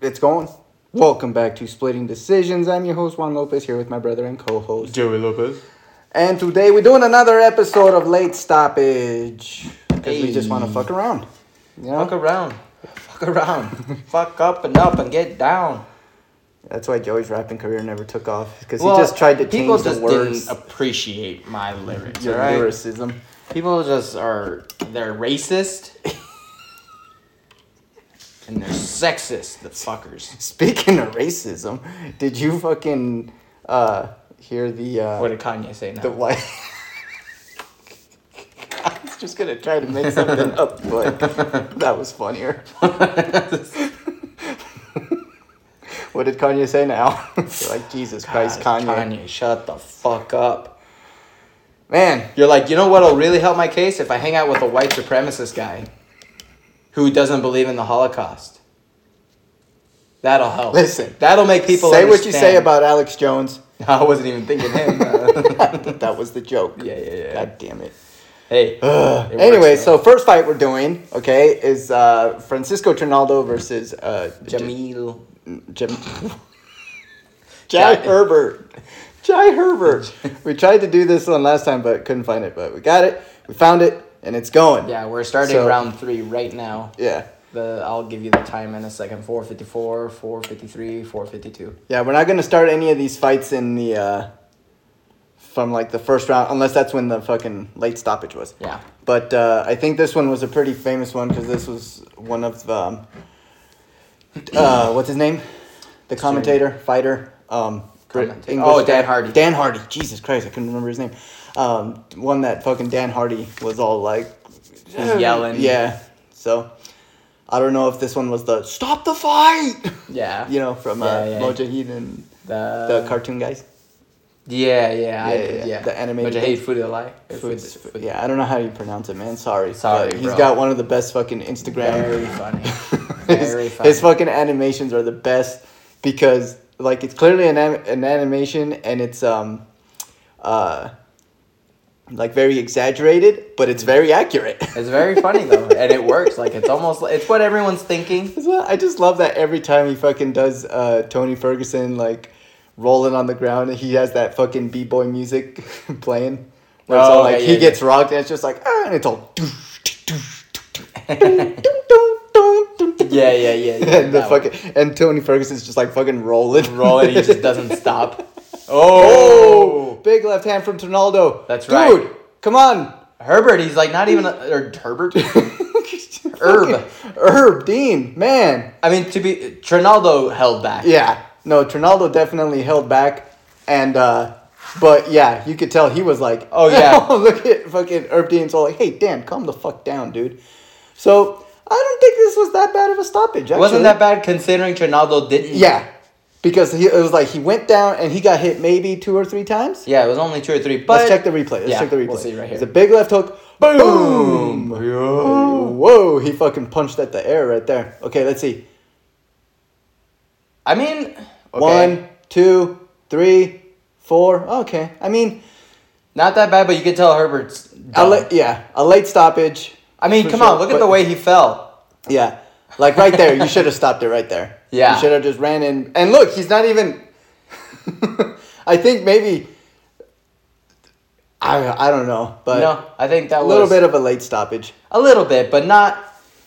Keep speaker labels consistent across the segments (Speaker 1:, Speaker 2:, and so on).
Speaker 1: It's going. Welcome back to Splitting Decisions. I'm your host Juan Lopez here with my brother and co-host.
Speaker 2: Joey Lopez.
Speaker 1: And today we're doing another episode of Late Stoppage because we just want to
Speaker 2: Hey.
Speaker 1: fuck around. You
Speaker 2: Fuck
Speaker 1: know?
Speaker 2: around. Fuck around. Fuck up and up and get down.
Speaker 1: That's why Joey's rapping career never took off because
Speaker 2: Well,
Speaker 1: he just tried to
Speaker 2: people
Speaker 1: change the
Speaker 2: just
Speaker 1: words.
Speaker 2: didn't appreciate my lyrics,
Speaker 1: Your
Speaker 2: alright?
Speaker 1: lyricism.
Speaker 2: People just are they're racist and they're sexist, the fuckers.
Speaker 1: Speaking of racism, did you fucking uh, hear the uh,
Speaker 2: What did Kanye say now?
Speaker 1: the white? I was just gonna try to make something up, but that was funnier. what did Kanye say now? You're like Jesus Christ,
Speaker 2: God,
Speaker 1: Kanye.
Speaker 2: Kanye, shut the fuck up.
Speaker 1: Man,
Speaker 2: You're like, you know what'll really help my case if I hang out with a white supremacist guy who doesn't believe in the Holocaust. That'll help.
Speaker 1: Listen,
Speaker 2: that'll make people
Speaker 1: say what you say
Speaker 2: understand.
Speaker 1: about Alex Jones.
Speaker 2: I wasn't even thinking him. uh,
Speaker 1: that was the joke.
Speaker 2: yeah, yeah, yeah.
Speaker 1: God damn it.
Speaker 2: hey. it works,
Speaker 1: Anyway,
Speaker 2: though.
Speaker 1: so first fight we're doing, okay, is uh, Francisco Trinaldo versus uh,
Speaker 2: Jamil.
Speaker 1: Jim. Jai Herbert. Jai Herbert. We tried to do this one last time, but couldn't find it. But we got it. We found it, and it's going.
Speaker 2: Yeah, we're starting
Speaker 1: So-
Speaker 2: round three right now.
Speaker 1: Yeah.
Speaker 2: The I'll give you the time in a second. Four fifty four, four fifty three, four fifty two.
Speaker 1: Yeah. We're not gonna start any of these fights in the uh, from like the first round, unless that's when the fucking late stoppage was.
Speaker 2: Yeah.
Speaker 1: But uh, I think this one was a pretty famous one because this was one of the um, uh, what's his name, the commentator fighter. Um, Brit-
Speaker 2: Commentator. Oh, Dan
Speaker 1: rap-
Speaker 2: Hardy.
Speaker 1: Dan Hardy. Jesus Christ, I couldn't remember his name. Um, one that fucking Dan Hardy was all like,
Speaker 2: He's yelling.
Speaker 1: Yeah. So I don't know if this one was the stop the fight.
Speaker 2: Yeah.
Speaker 1: you know, from uh,
Speaker 2: Yeah, Uh, yeah.
Speaker 1: Mojahid and
Speaker 2: The,
Speaker 1: the cartoon guys.
Speaker 2: Yeah, yeah, I,
Speaker 1: Yeah, yeah,
Speaker 2: yeah,
Speaker 1: yeah. The animated
Speaker 2: Which I hate
Speaker 1: thing.
Speaker 2: food of the lie.
Speaker 1: Foods- yeah, I don't know how you pronounce it, man. Sorry.
Speaker 2: Sorry,
Speaker 1: But He's
Speaker 2: bro.
Speaker 1: got one of the best fucking Instagram
Speaker 2: Very funny.
Speaker 1: his,
Speaker 2: Very
Speaker 1: his
Speaker 2: funny.
Speaker 1: fucking animations are the best because like it's clearly an, anim- an animation and it's um uh like very exaggerated but it's very accurate
Speaker 2: Mm. It's very funny though, and it works. Like it's almost it's what everyone's thinking.
Speaker 1: That's why- i just love that every time he fucking does uh tony ferguson like rolling on the ground and he has that fucking b-boy music playing where it's
Speaker 2: Oh,
Speaker 1: all
Speaker 2: yeah,
Speaker 1: like
Speaker 2: yeah,
Speaker 1: he
Speaker 2: yeah.
Speaker 1: gets rocked and it's just like ah, and it's all yeah
Speaker 2: Yeah, yeah, yeah. yeah
Speaker 1: and the
Speaker 2: that one.
Speaker 1: fucking and Tony Ferguson's just like fucking rolling,
Speaker 2: roll it, he just doesn't stop.
Speaker 1: oh,
Speaker 2: Oh,
Speaker 1: big left hand from Ronaldo.
Speaker 2: That's
Speaker 1: dude. Come on,
Speaker 2: Herbert, he's like not even a, or Herbert. Herb.
Speaker 1: Fucking Herb Dean, man.
Speaker 2: I mean, to be Trinaldo held back.
Speaker 1: Yeah, no, Trinaldo definitely held back, and uh but yeah, you could tell he was like,
Speaker 2: Oh, yeah.
Speaker 1: look at fucking Herb Dean's all like, hey Dan, calm the fuck down, dude. So I don't think this was that bad of a stoppage. Actually.
Speaker 2: It wasn't that bad considering Trinaldo didn't.
Speaker 1: Yeah, because he, it was like he went down and he got hit maybe two or three times.
Speaker 2: yeah, it was only two or three. But
Speaker 1: Let's check the replay. Let's
Speaker 2: Yeah,
Speaker 1: check the replay.
Speaker 2: We'll see right here.
Speaker 1: It's a big left hook. Boom!
Speaker 2: Boom. Yo.
Speaker 1: Whoa, he fucking punched at the air right there. Okay, let's see.
Speaker 2: I mean, okay.
Speaker 1: One, two, three, four. Okay. I mean,
Speaker 2: not that bad, but you could tell Herbert's.
Speaker 1: a
Speaker 2: dumb.
Speaker 1: la- yeah, a late stoppage.
Speaker 2: I mean,
Speaker 1: For
Speaker 2: come
Speaker 1: sure,
Speaker 2: on, look at
Speaker 1: but-
Speaker 2: the way he fell.
Speaker 1: Yeah. Like right there, you should have stopped it right there.
Speaker 2: Yeah.
Speaker 1: You should have just ran in. And look, he's not even. I think maybe. I, I don't know, but
Speaker 2: no, I think that
Speaker 1: Uh, a little
Speaker 2: was
Speaker 1: bit of a late stoppage.
Speaker 2: a little bit, but not.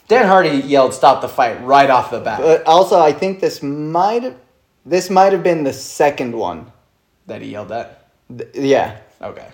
Speaker 2: Dan Hardy yelled, "Stop the fight!" right off the bat.
Speaker 1: But also, I think this might have, this might have been the second one.
Speaker 2: that he yelled at.
Speaker 1: Th- yeah.
Speaker 2: Okay,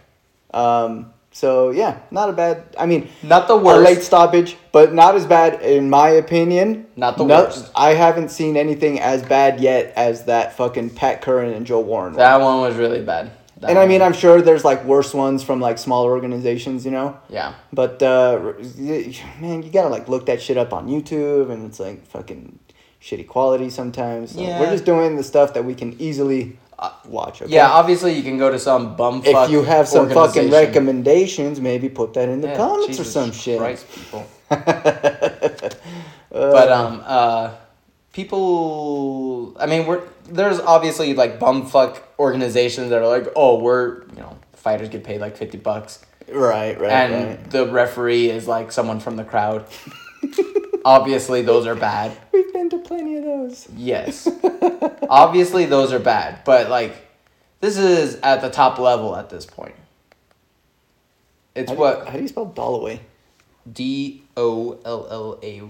Speaker 1: Um, so yeah, not a bad. I mean,
Speaker 2: not the
Speaker 1: a
Speaker 2: worst.
Speaker 1: late stoppage, but not as bad in my opinion.
Speaker 2: Not the
Speaker 1: No-
Speaker 2: worst.
Speaker 1: I haven't seen anything as bad yet as that fucking Pat Curran and Joe Warren. one.
Speaker 2: that one was really bad. That
Speaker 1: and I mean,
Speaker 2: one-
Speaker 1: I'm sure there's like worse ones from like smaller organizations, you know.
Speaker 2: yeah,
Speaker 1: But uh, y- man, you gotta like look that shit up on YouTube, and it's like fucking shitty quality sometimes. So
Speaker 2: Yeah.
Speaker 1: We're just doing the stuff that we can easily uh, watch. Okay?
Speaker 2: yeah. Obviously, you can go to some bum.
Speaker 1: If you have some fucking
Speaker 2: recommend
Speaker 1: recommendations, maybe put that in the comments or some shit.
Speaker 2: people. but um, uh, people. I mean, we're there's obviously like bumfuck organizations that are like, oh, we're you know fighters get paid like fifty bucks.
Speaker 1: Right, right,
Speaker 2: and
Speaker 1: right.
Speaker 2: the referee is like someone from the crowd. Obviously, those are bad.
Speaker 1: We've been to plenty of those.
Speaker 2: Yes. Obviously, those are bad, but like, this is at the top level at this point. It's
Speaker 1: How do-
Speaker 2: what
Speaker 1: how do you spell Dollaway?
Speaker 2: D O L L A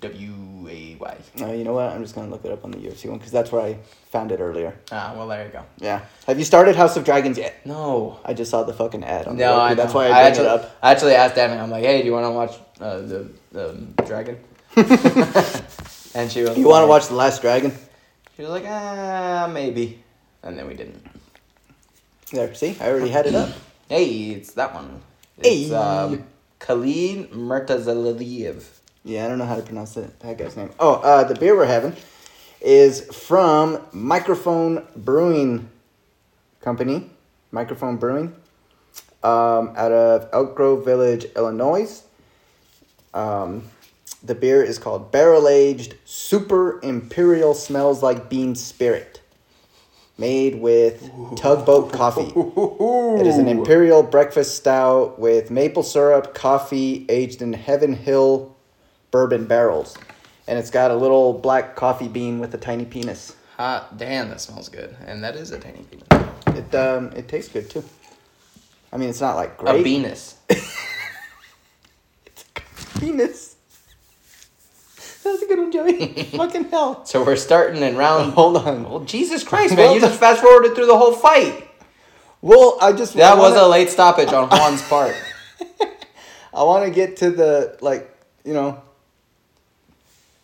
Speaker 2: W A Y.
Speaker 1: No, Uh, you know what? I'm just gonna look it up on the UFC one because that's where I found it earlier.
Speaker 2: Ah, well, there you go.
Speaker 1: Yeah. Have you started House of Dragons yet?
Speaker 2: No.
Speaker 1: I just saw the fucking ad on. the
Speaker 2: No,
Speaker 1: Roku,
Speaker 2: I
Speaker 1: That's
Speaker 2: know.
Speaker 1: why I bring
Speaker 2: actually,
Speaker 1: it up.
Speaker 2: I actually asked Emma. I'm like, hey, do you want to watch uh, the the dragon? and she was.
Speaker 1: You want to
Speaker 2: like-
Speaker 1: watch The Last Dragon?
Speaker 2: She was like, ah, maybe, and then we didn't.
Speaker 1: There. See, I already had it up.
Speaker 2: Hey, it's that one.
Speaker 1: Hey.
Speaker 2: It's um, Khalid Murtazaliev.
Speaker 1: Yeah, I don't know how to pronounce that, that guy's name. Oh, uh, the beer we're having is from Microphone Brewing Company. Microphone Brewing um, out of Elk Grove Village, Illinois. Um, the beer is called Barrel Aged Super Imperial Smells Like Bean Spirit. Made with tugboat coffee. It is an imperial breakfast stout with maple syrup, coffee, aged in Heaven Hill bourbon barrels. And it's got a little black coffee bean with a tiny penis.
Speaker 2: Hot damn, that smells good, and that is a tiny penis.
Speaker 1: It um it tastes good too. I mean, it's not like
Speaker 2: A
Speaker 1: great.
Speaker 2: penis.
Speaker 1: Penis. That's a good one, Joey. Fucking hell.
Speaker 2: So we're starting in round.
Speaker 1: Hold on.
Speaker 2: Well, Jesus Christ,
Speaker 1: Well
Speaker 2: man! You just fast forwarded through the whole fight.
Speaker 1: Well, I just
Speaker 2: That
Speaker 1: I
Speaker 2: was a
Speaker 1: wanna,
Speaker 2: late stoppage on Juan's part.
Speaker 1: I want to get to the like you know.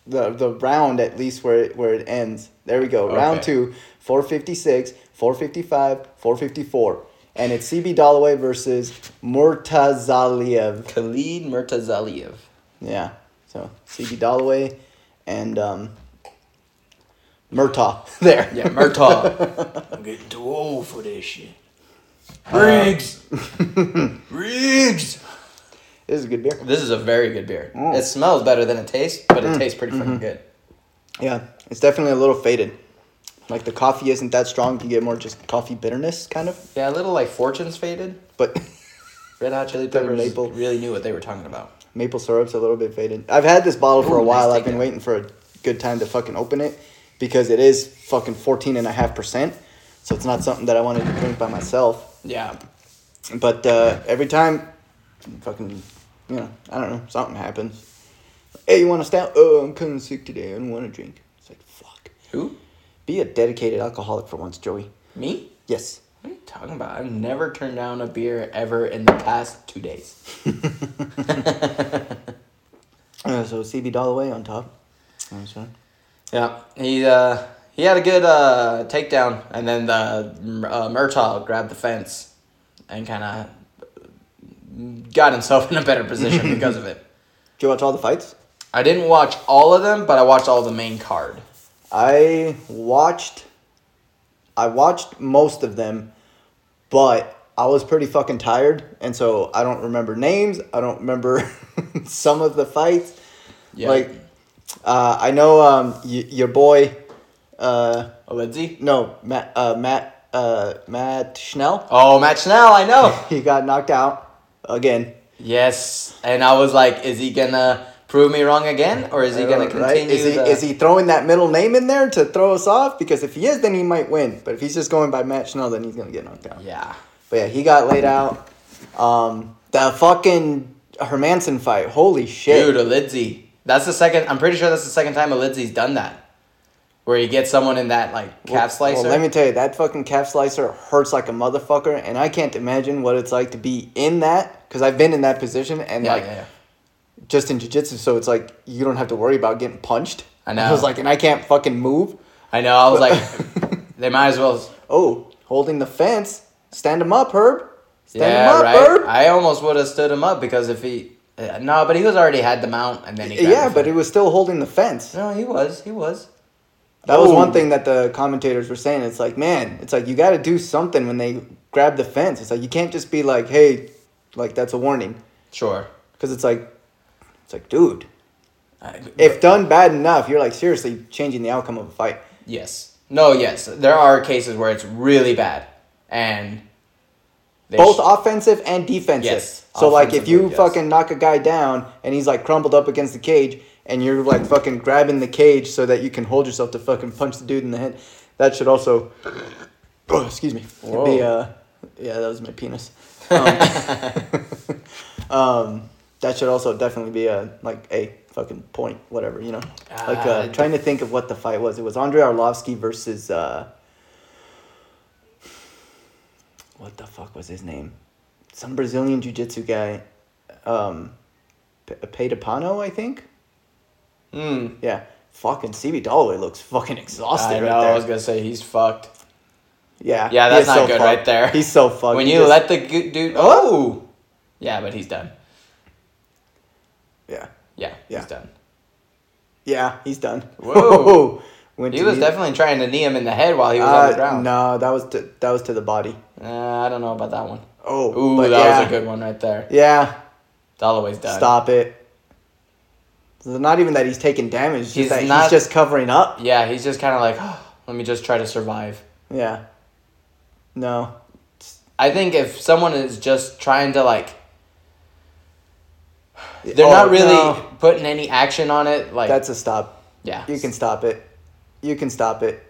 Speaker 1: The the round at least where it, where it ends. There we go. Round
Speaker 2: Okay.
Speaker 1: two, four fifty six, four fifty five, four fifty four, and it's CB Dalloway versus Murtazaliev.
Speaker 2: Khalid Murtazaliev.
Speaker 1: Yeah. So CB Dalloway and um, Murtaugh there.
Speaker 2: Yeah, Murtaugh.
Speaker 3: I'm getting too old for this shit. Riggs! Riggs!
Speaker 1: This is a good beer.
Speaker 2: this is a very good beer. It smells better than it tastes, but it tastes pretty fucking good.
Speaker 1: Yeah, it's definitely a little faded. Like the coffee isn't that strong. You get more just coffee bitterness, kind of.
Speaker 2: Yeah, a little like fortunes faded.
Speaker 1: But
Speaker 2: Red Hot Chili
Speaker 1: They're
Speaker 2: Peppers
Speaker 1: maple.
Speaker 2: really knew what they were talking about.
Speaker 1: maple syrup's a little bit faded. I've had this bottle for
Speaker 2: Ooh,
Speaker 1: a
Speaker 2: nice
Speaker 1: while. I've been
Speaker 2: takedown.
Speaker 1: waiting for a good time to fucking open it because it is fucking 14.5%. So it's not something that I wanted to drink by myself.
Speaker 2: Yeah.
Speaker 1: But uh, every time, fucking, you know, I don't know, something happens. Hey, you want a stout? Oh, I'm kind of sick today. I don't want to drink. It's like, fuck.
Speaker 2: Who?
Speaker 1: Be a dedicated alcoholic for once, Joey.
Speaker 2: Me?
Speaker 1: Yes.
Speaker 2: What are you talking about? I've never turned down a beer ever in the past two days.
Speaker 1: Uh, so CB Dollaway on top. I'm sorry.
Speaker 2: Yeah. He uh he had a good uh takedown, and then the uh, Murtaugh grabbed the fence, and kind of got himself in a better position because of it.
Speaker 1: Did you watch all the fights?
Speaker 2: I didn't watch all of them, but I watched all the main card.
Speaker 1: I watched. I watched most of them, but I was pretty fucking tired, and so I don't remember names. I don't remember some of the fights.
Speaker 2: Yeah.
Speaker 1: Like, uh, I know um, y- your boy, uh,
Speaker 2: Olidzi.
Speaker 1: no Matt, uh, Matt, uh, Matt Schnell.
Speaker 2: Oh, Matt Schnell, I know.
Speaker 1: He got knocked out again.
Speaker 2: yes, and I was like, is he gonna prove me wrong again, or is he gonna continue?
Speaker 1: Uh, Oh, Right? Is he
Speaker 2: the-
Speaker 1: is he throwing that middle name in there to throw us off? Because if he is, then he might win. But if he's just going by Matt Schnell, then he's gonna get knocked out.
Speaker 2: Yeah.
Speaker 1: But yeah, he got laid out. Um, the fucking Hermanson fight. Holy shit!
Speaker 2: Dude, Olidzi. That's the second. I'm pretty sure that's the second time Olidzi's done that, where he gets someone in that like calf slicer.
Speaker 1: Well, let me tell you, that fucking calf slicer hurts like a motherfucker, and I can't imagine what it's like to be in that because I've been in that position and
Speaker 2: yeah,
Speaker 1: like
Speaker 2: yeah, yeah.
Speaker 1: just in jujitsu, so it's like you don't have to worry about getting punched.
Speaker 2: I know.
Speaker 1: I was like, and I can't fucking move.
Speaker 2: I know. I was like, they might as well.
Speaker 1: Oh, holding the fence. Stand him up, Herb. Stand
Speaker 2: yeah,
Speaker 1: him up,
Speaker 2: right.
Speaker 1: Herb.
Speaker 2: I almost would have stood him up because if he, uh, no, but he was already had the mount and then he. grabbed
Speaker 1: yeah,
Speaker 2: the
Speaker 1: but
Speaker 2: foot.
Speaker 1: he was still holding the fence.
Speaker 2: no, he was. He was.
Speaker 1: That was one
Speaker 2: Oh.
Speaker 1: thing that the commentators were saying. It's like, man, it's like you got to do something when they grab the fence. It's like you can't just be like, hey, like that's a warning,
Speaker 2: Sure.
Speaker 1: because it's like, it's like, dude,
Speaker 2: I-
Speaker 1: if done bad enough, you're like seriously changing the outcome of a fight.
Speaker 2: yes. No. Yes. There are cases where it's really bad, and they
Speaker 1: both
Speaker 2: sh-
Speaker 1: offensive and defensive.
Speaker 2: Yes,
Speaker 1: So like if
Speaker 2: offensively,
Speaker 1: you
Speaker 2: yes.
Speaker 1: fucking knock a guy down and he's like crumpled up against the cage and you're like fucking grabbing the cage so that you can hold yourself to fucking punch the dude in the head. That should also, oh, excuse me,
Speaker 2: Whoa.
Speaker 1: be uh, yeah, that was my penis. Um,
Speaker 2: Oh.
Speaker 1: um, that should also definitely be a like a fucking point, whatever you know. Like
Speaker 2: Ah,
Speaker 1: uh, trying to think of what the fight was. It was Andre Arlovsky versus uh, what the fuck was his name? Some Brazilian jiu jitsu guy, um, P- Pedapano, I think.
Speaker 2: Mm.
Speaker 1: Yeah, fucking CB Dalloway looks fucking exhausted
Speaker 2: I know.
Speaker 1: right there.
Speaker 2: I was gonna say he's fucked.
Speaker 1: yeah,
Speaker 2: Yeah,
Speaker 1: he
Speaker 2: that's
Speaker 1: is
Speaker 2: not good right
Speaker 1: fucked.
Speaker 2: there.
Speaker 1: He's so fucked.
Speaker 2: when
Speaker 1: He
Speaker 2: you
Speaker 1: just-
Speaker 2: let the gu- dude. Oh. Yeah, but he's done.
Speaker 1: yeah,
Speaker 2: Yeah,
Speaker 1: Yeah.
Speaker 2: he's done.
Speaker 1: yeah, he's done.
Speaker 2: Whoa.
Speaker 1: Went
Speaker 2: He
Speaker 1: to
Speaker 2: was
Speaker 1: knee-
Speaker 2: definitely trying to knee him in the head while he was on the
Speaker 1: Uh,
Speaker 2: ground.
Speaker 1: no, that was to, that was to the body.
Speaker 2: Uh, I don't know about that one.
Speaker 1: Oh,
Speaker 2: Ooh,
Speaker 1: but
Speaker 2: that
Speaker 1: yeah,
Speaker 2: was a good one right there.
Speaker 1: Yeah,
Speaker 2: Dalloway's done.
Speaker 1: stop it. So not even that he's taking damage. It's
Speaker 2: He's
Speaker 1: just that
Speaker 2: not-
Speaker 1: he's just covering up.
Speaker 2: Yeah, he's just kind of like, "Oh, let me just try to survive.
Speaker 1: Yeah. No.
Speaker 2: I think if someone is just trying to like, they're
Speaker 1: Oh,
Speaker 2: not really
Speaker 1: no.
Speaker 2: putting any action on it. Like
Speaker 1: That's a stop.
Speaker 2: yeah,
Speaker 1: You can stop it. You can stop it.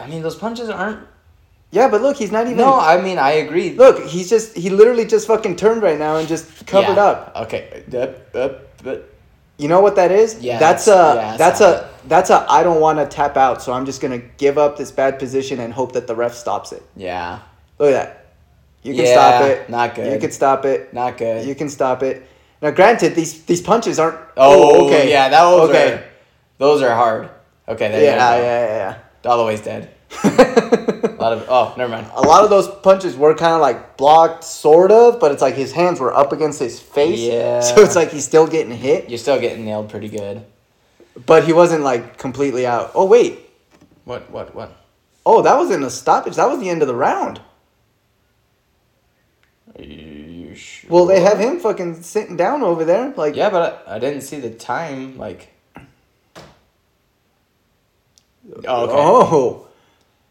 Speaker 2: I mean, those punches aren't.
Speaker 1: Yeah, but look, he's not even.
Speaker 2: No, I mean I agree.
Speaker 1: Look, he's just he literally just fucking turned right now and just covered
Speaker 2: Yeah.
Speaker 1: up.
Speaker 2: Okay. Yep, yep, but-
Speaker 1: You know what that is?
Speaker 2: Yeah,
Speaker 1: That's a
Speaker 2: that's- yeah,
Speaker 1: that's
Speaker 2: that's not
Speaker 1: a that's a I don't want to tap out, so I'm just gonna give up this bad position and hope that the ref stops it.
Speaker 2: yeah,
Speaker 1: Look at that. You can
Speaker 2: Yeah,
Speaker 1: stop it.
Speaker 2: not good.
Speaker 1: You can stop it.
Speaker 2: not good.
Speaker 1: You can stop it. Now, granted, these these punches aren't.
Speaker 2: oh, okay. Yeah, that was okay. those are hard. Okay, there
Speaker 1: Yeah, yeah,
Speaker 2: you go.
Speaker 1: yeah, yeah.
Speaker 2: Dalloway's dead. A
Speaker 1: yeah.
Speaker 2: lot of oh, never mind.
Speaker 1: a lot of those punches were kind of like blocked, sort of, but it's like his hands were up against his face.
Speaker 2: Yeah.
Speaker 1: So it's like he's still getting hit,
Speaker 2: You're still getting nailed pretty good.
Speaker 1: but he wasn't like completely out. Oh wait.
Speaker 2: What? What? What?
Speaker 1: Oh, that wasn't a stoppage. That was the end of the round.
Speaker 2: Are you sure?
Speaker 1: Well, they have him fucking sitting down over there. Like,
Speaker 2: Yeah, but I, I didn't see the time. Like. Oh, okay.
Speaker 1: oh.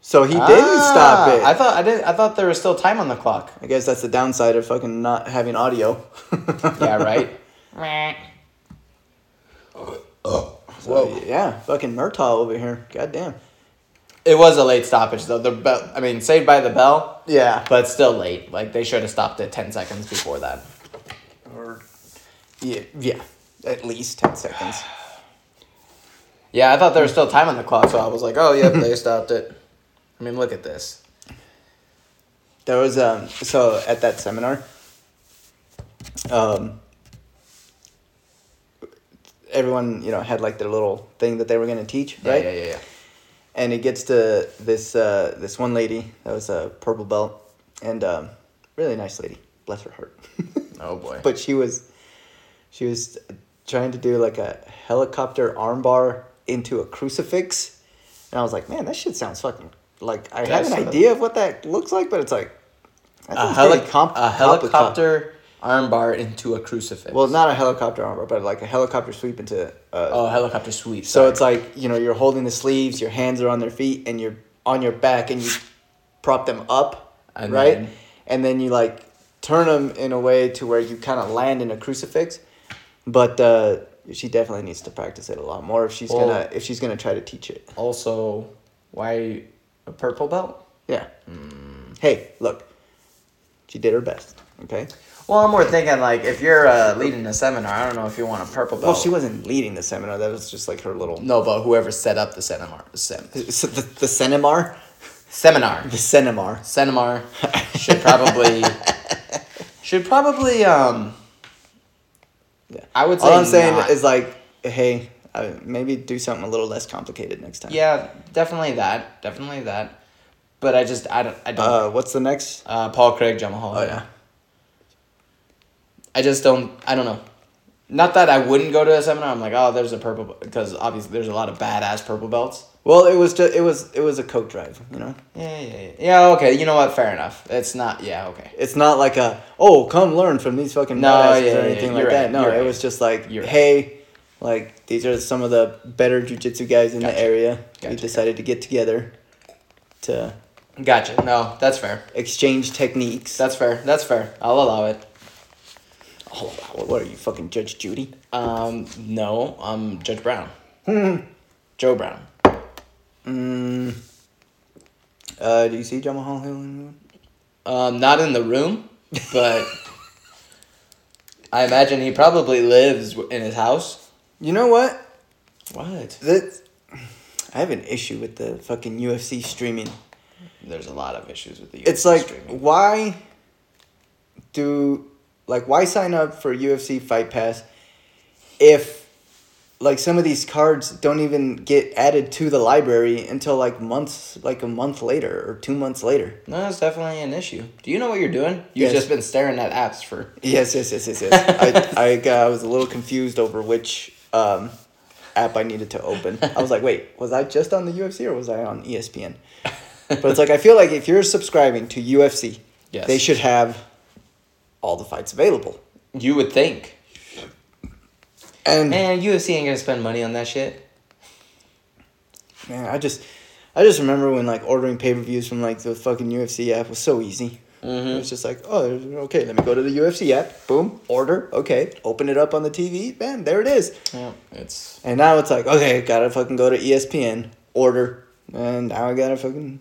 Speaker 1: So he didn't
Speaker 2: Ah,
Speaker 1: stop it.
Speaker 2: I thought I didn't. I thought there was still time on the clock.
Speaker 1: I guess that's the downside of fucking not having audio.
Speaker 2: Yeah, right.
Speaker 1: So, yeah, fucking Murtaugh over here. Goddamn.
Speaker 2: it was a late stoppage though. The bell. I mean, saved by the bell,
Speaker 1: Yeah.
Speaker 2: but still late. Like they should have stopped it ten seconds before that.
Speaker 1: Or, yeah, yeah, at least 10 seconds.
Speaker 2: Yeah, I thought there was still time on the clock, so I was like, oh yep, they stopped it. I mean, look at this.
Speaker 1: There was, um, so at that seminar, um, everyone, you know, had like their little thing that they were going to teach,
Speaker 2: Yeah,
Speaker 1: right?
Speaker 2: yeah, yeah, yeah.
Speaker 1: and it gets to this uh, this one lady that was a purple belt and um, really nice lady bless her heart
Speaker 2: Oh boy.
Speaker 1: but she was she was trying to do like a helicopter armbar into a crucifix and i was like man that shit sounds fucking like i have
Speaker 2: That's
Speaker 1: an
Speaker 2: a-
Speaker 1: idea of what that looks like but it's like that
Speaker 2: a,
Speaker 1: sounds pretty
Speaker 2: heli-
Speaker 1: comp-
Speaker 2: a
Speaker 1: complica-
Speaker 2: helicopter armbar into a crucifix.
Speaker 1: well not a helicopter armbar but like a helicopter sweep into uh,
Speaker 2: oh, helicopter sweep.
Speaker 1: So
Speaker 2: sorry.
Speaker 1: it's like, you know, you're holding the sleeves, your hands are on their feet, and you're on your back and you prop them up,
Speaker 2: And
Speaker 1: right?
Speaker 2: then-
Speaker 1: and then you like turn them in a way to where you kind of land in a crucifix. But uh, she definitely needs to practice it a lot more if she's
Speaker 2: Well-
Speaker 1: gonna if she's gonna try to teach it.
Speaker 2: also why a purple belt.
Speaker 1: Yeah.
Speaker 2: Mm.
Speaker 1: Hey, look, she did her best. Okay.
Speaker 2: Well, I'm more thinking like if you're uh, leading a seminar, I don't know if you want a purple belt.
Speaker 1: Well, she wasn't leading the seminar. That was just like her little
Speaker 2: no, but whoever set up the seminar, sem-
Speaker 1: so the the seminar,
Speaker 2: seminar,
Speaker 1: the seminar.
Speaker 2: seminar should probably should probably um.
Speaker 1: Yeah.
Speaker 2: I would say
Speaker 1: All I'm saying
Speaker 2: not.
Speaker 1: is like, hey, uh, maybe do something a little less complicated next time.
Speaker 2: yeah, definitely that, definitely that. But I just I don't I don't. Uh,
Speaker 1: Uh, what's the next?
Speaker 2: Paul Craig, Jamal Hall.
Speaker 1: Oh yeah.
Speaker 2: I just don't. I don't know. Not that I wouldn't go to a seminar. I'm like, oh, there's a purple because obviously there's a lot of badass purple belts.
Speaker 1: Well, it was just it was it was a coke drive. You know,
Speaker 2: Yeah, yeah, yeah. Yeah, okay. You know what? Fair enough. It's not. Yeah, okay.
Speaker 1: it's not like a oh come learn from these fucking
Speaker 2: No,
Speaker 1: badasses
Speaker 2: yeah,
Speaker 1: or
Speaker 2: yeah,
Speaker 1: anything
Speaker 2: you're
Speaker 1: like
Speaker 2: right,
Speaker 1: that. No,
Speaker 2: you're
Speaker 1: it
Speaker 2: right.
Speaker 1: was just like
Speaker 2: You're right.
Speaker 1: hey, like these are some of the better jujitsu guys in the
Speaker 2: Gotcha.
Speaker 1: area. we
Speaker 2: Gotcha,
Speaker 1: decided to get together to
Speaker 2: Gotcha. No, that's fair.
Speaker 1: exchange techniques.
Speaker 2: That's fair. That's fair. I'll allow it.
Speaker 1: Oh, wow, what are you, fucking Judge Judy?
Speaker 2: Um, no, I'm Judge Brown. Joe Brown.
Speaker 1: Uh, do you see Jamal Hill? in-
Speaker 2: Um, not in the room, but I imagine he probably lives w- in his house.
Speaker 1: You know what?
Speaker 2: What?
Speaker 1: That I have an issue with the fucking UFC streaming.
Speaker 2: There's a lot of issues with the.
Speaker 1: It's
Speaker 2: UFC
Speaker 1: like
Speaker 2: streaming.
Speaker 1: why do like why sign up for UFC Fight Pass if like some of these cards don't even get added to the library until like months like a month later or two months later.
Speaker 2: no, it's definitely an issue. Do you know what you're doing?
Speaker 1: Yes.
Speaker 2: You've just been staring at apps for.
Speaker 1: Yes, yes, yes, yes, yes. I I, got, I was a little confused over which um, app I needed to open. I was like, wait, was I just on the UFC or was I on E ESPN? But it's like I feel like if you're subscribing to UFC,
Speaker 2: Yes.
Speaker 1: they should have all the fights available.
Speaker 2: You would think.
Speaker 1: And man.
Speaker 2: Man, UFC ain't gonna spend money on that shit.
Speaker 1: I just I just remember when like ordering pay per views from like the fucking UFC app was so easy. It was just like, oh, okay, let me go to the UFC app. Boom, order. Okay, open it up on the TV. Bam, there it is.
Speaker 2: Yeah, it's
Speaker 1: And now it's like, okay, gotta fucking go to E ESPN, order, and now I gotta fucking.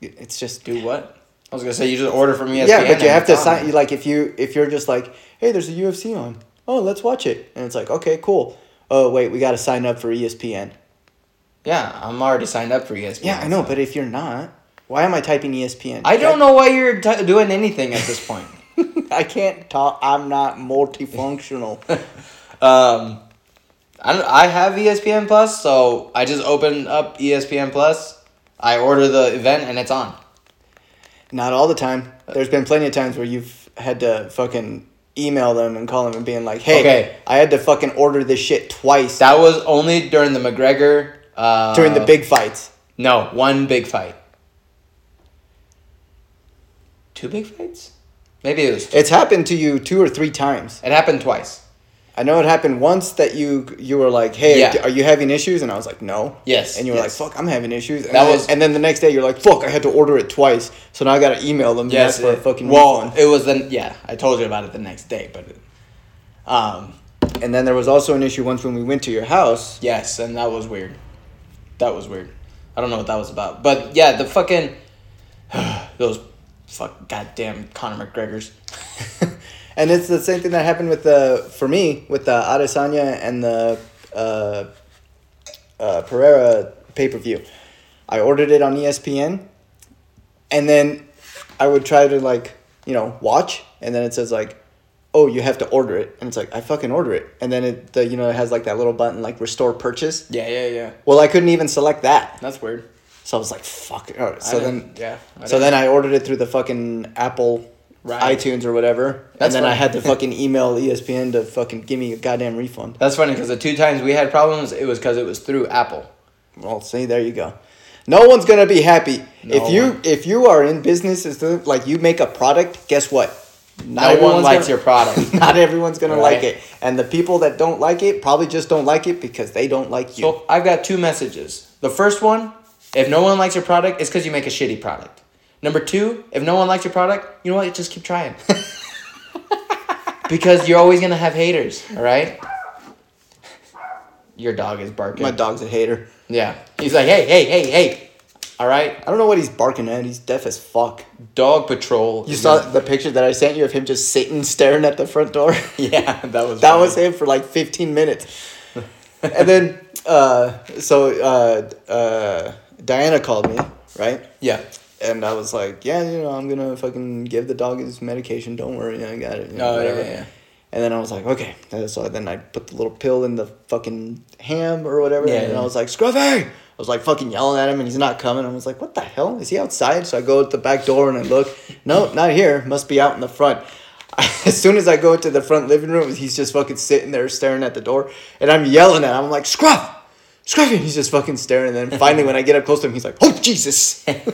Speaker 1: It's just
Speaker 2: do what? I was gonna say you just order from E ESPN.
Speaker 1: yeah, but you
Speaker 2: and
Speaker 1: have to
Speaker 2: it's on.
Speaker 1: sign. You like if you if you're just like, hey, there's a UFC on. Oh, let's watch it. And it's like, okay, cool. Oh wait, we gotta sign up for E ESPN.
Speaker 2: Yeah, I'm already signed up for E ESPN.
Speaker 1: Yeah, I know,
Speaker 2: so-
Speaker 1: but if you're not, why am I typing E ESPN?
Speaker 2: I don't know why you're t- doing anything at this point.
Speaker 1: know. I can't talk. I'm not multifunctional.
Speaker 2: Um, I don't, I have E ESPN Plus, so I just open up E ESPN Plus. I order the event and it's on.
Speaker 1: Not all the time. There's been plenty of times where you've had to fucking email them and call them and being like, "Hey,
Speaker 2: Okay.
Speaker 1: I had to fucking order this shit twice
Speaker 2: That was only during the McGregor. Uh,
Speaker 1: during the big fights."
Speaker 2: No, one big fight. Two big fights? Maybe it was. Two.
Speaker 1: It's happened to you two or three times.
Speaker 2: It happened twice.
Speaker 1: I know it happened once that you you were like, "Hey,
Speaker 2: Yeah.
Speaker 1: are you having issues?" And I was like, "No."
Speaker 2: Yes,
Speaker 1: And you were
Speaker 2: yes.
Speaker 1: like, "Fuck, I'm having issues." And
Speaker 2: That
Speaker 1: then,
Speaker 2: was-
Speaker 1: and then the next day you're like, "Fuck, I had to order it twice, so now I got to email them." and
Speaker 2: Yes,
Speaker 1: ask for a
Speaker 2: it-
Speaker 1: fucking
Speaker 2: well,
Speaker 1: refund."
Speaker 2: it was then. Yeah, I told you about it the next day, but. It, um.
Speaker 1: And then there was also an issue once when we went to your house.
Speaker 2: Yes, and that was weird. That was weird. I don't know what that was about. But yeah, the fucking those fuck goddamn Conor McGregor's.
Speaker 1: and it's the same thing that happened with the for me with the Adesanya and the uh, uh, Pereira pay per view. I ordered it on E ESPN, and then I would try to like you know watch, and then it says like, oh you have to order it, and it's like I fucking order it, and then it the, you know it has like that little button like restore purchase.
Speaker 2: Yeah, yeah, yeah.
Speaker 1: Well, I couldn't even select that,
Speaker 2: That's weird.
Speaker 1: so I was like fuck. All right.
Speaker 2: I
Speaker 1: So then
Speaker 2: didn't- yeah. I
Speaker 1: so
Speaker 2: didn't-
Speaker 1: then I ordered it through the fucking Apple
Speaker 2: Right.
Speaker 1: iTunes or whatever. and
Speaker 2: That's
Speaker 1: then I
Speaker 2: fine.
Speaker 1: had to fucking email E ESPN to fucking give me a goddamn refund.
Speaker 2: that's funny because the two times we had problems, it was because it was through Apple.
Speaker 1: Well, see, there you go. No one's gonna be happy.
Speaker 2: No
Speaker 1: if you
Speaker 2: one.
Speaker 1: if you are in business is the- like you make a product, guess what? Not
Speaker 2: No one
Speaker 1: everyone's
Speaker 2: likes
Speaker 1: gonna-
Speaker 2: your product.
Speaker 1: Not everyone's gonna
Speaker 2: Right.
Speaker 1: like it. And the people that don't like it probably just don't like it because they don't like you.
Speaker 2: so I've got two messages. The first one, if no one likes your product, it's because you make a shitty product. Number two, if no one likes your product, you know what? Just keep trying. because you're always gonna have haters, all right? Your dog is barking.
Speaker 1: My dog's a hater.
Speaker 2: Yeah. He's like, hey, hey, hey, hey. All right.
Speaker 1: I don't know what he's barking at. He's deaf as fuck.
Speaker 2: Dog patrol.
Speaker 1: You saw the picture that I sent you of him just sitting staring at the front door?
Speaker 2: Yeah, that was.
Speaker 1: That
Speaker 2: funny.
Speaker 1: was him for like 15 minutes. and then, uh, so uh, uh, Diana called me, right?
Speaker 2: Yeah.
Speaker 1: And I was like, yeah, you know, I'm going to fucking give the dog his medication. Don't worry, I got it. You know,
Speaker 2: Oh, yeah,
Speaker 1: whatever.
Speaker 2: yeah, yeah.
Speaker 1: And then I was like, okay. And So then I put the little pill in the fucking ham or whatever.
Speaker 2: Yeah,
Speaker 1: and
Speaker 2: yeah.
Speaker 1: I was like, Scruffy! I was like fucking yelling at him and he's not coming. I was like, what the hell? Is he outside? So I go at the back door and I look. No, not here. Must be out in the front. As soon as I go into the front living room, he's just fucking sitting there staring at the door. And I'm yelling at him. I'm like, Scruff! Scruffy! He's just fucking staring. And then finally, when I get up close to him, he's like, oh, Jesus!
Speaker 2: Round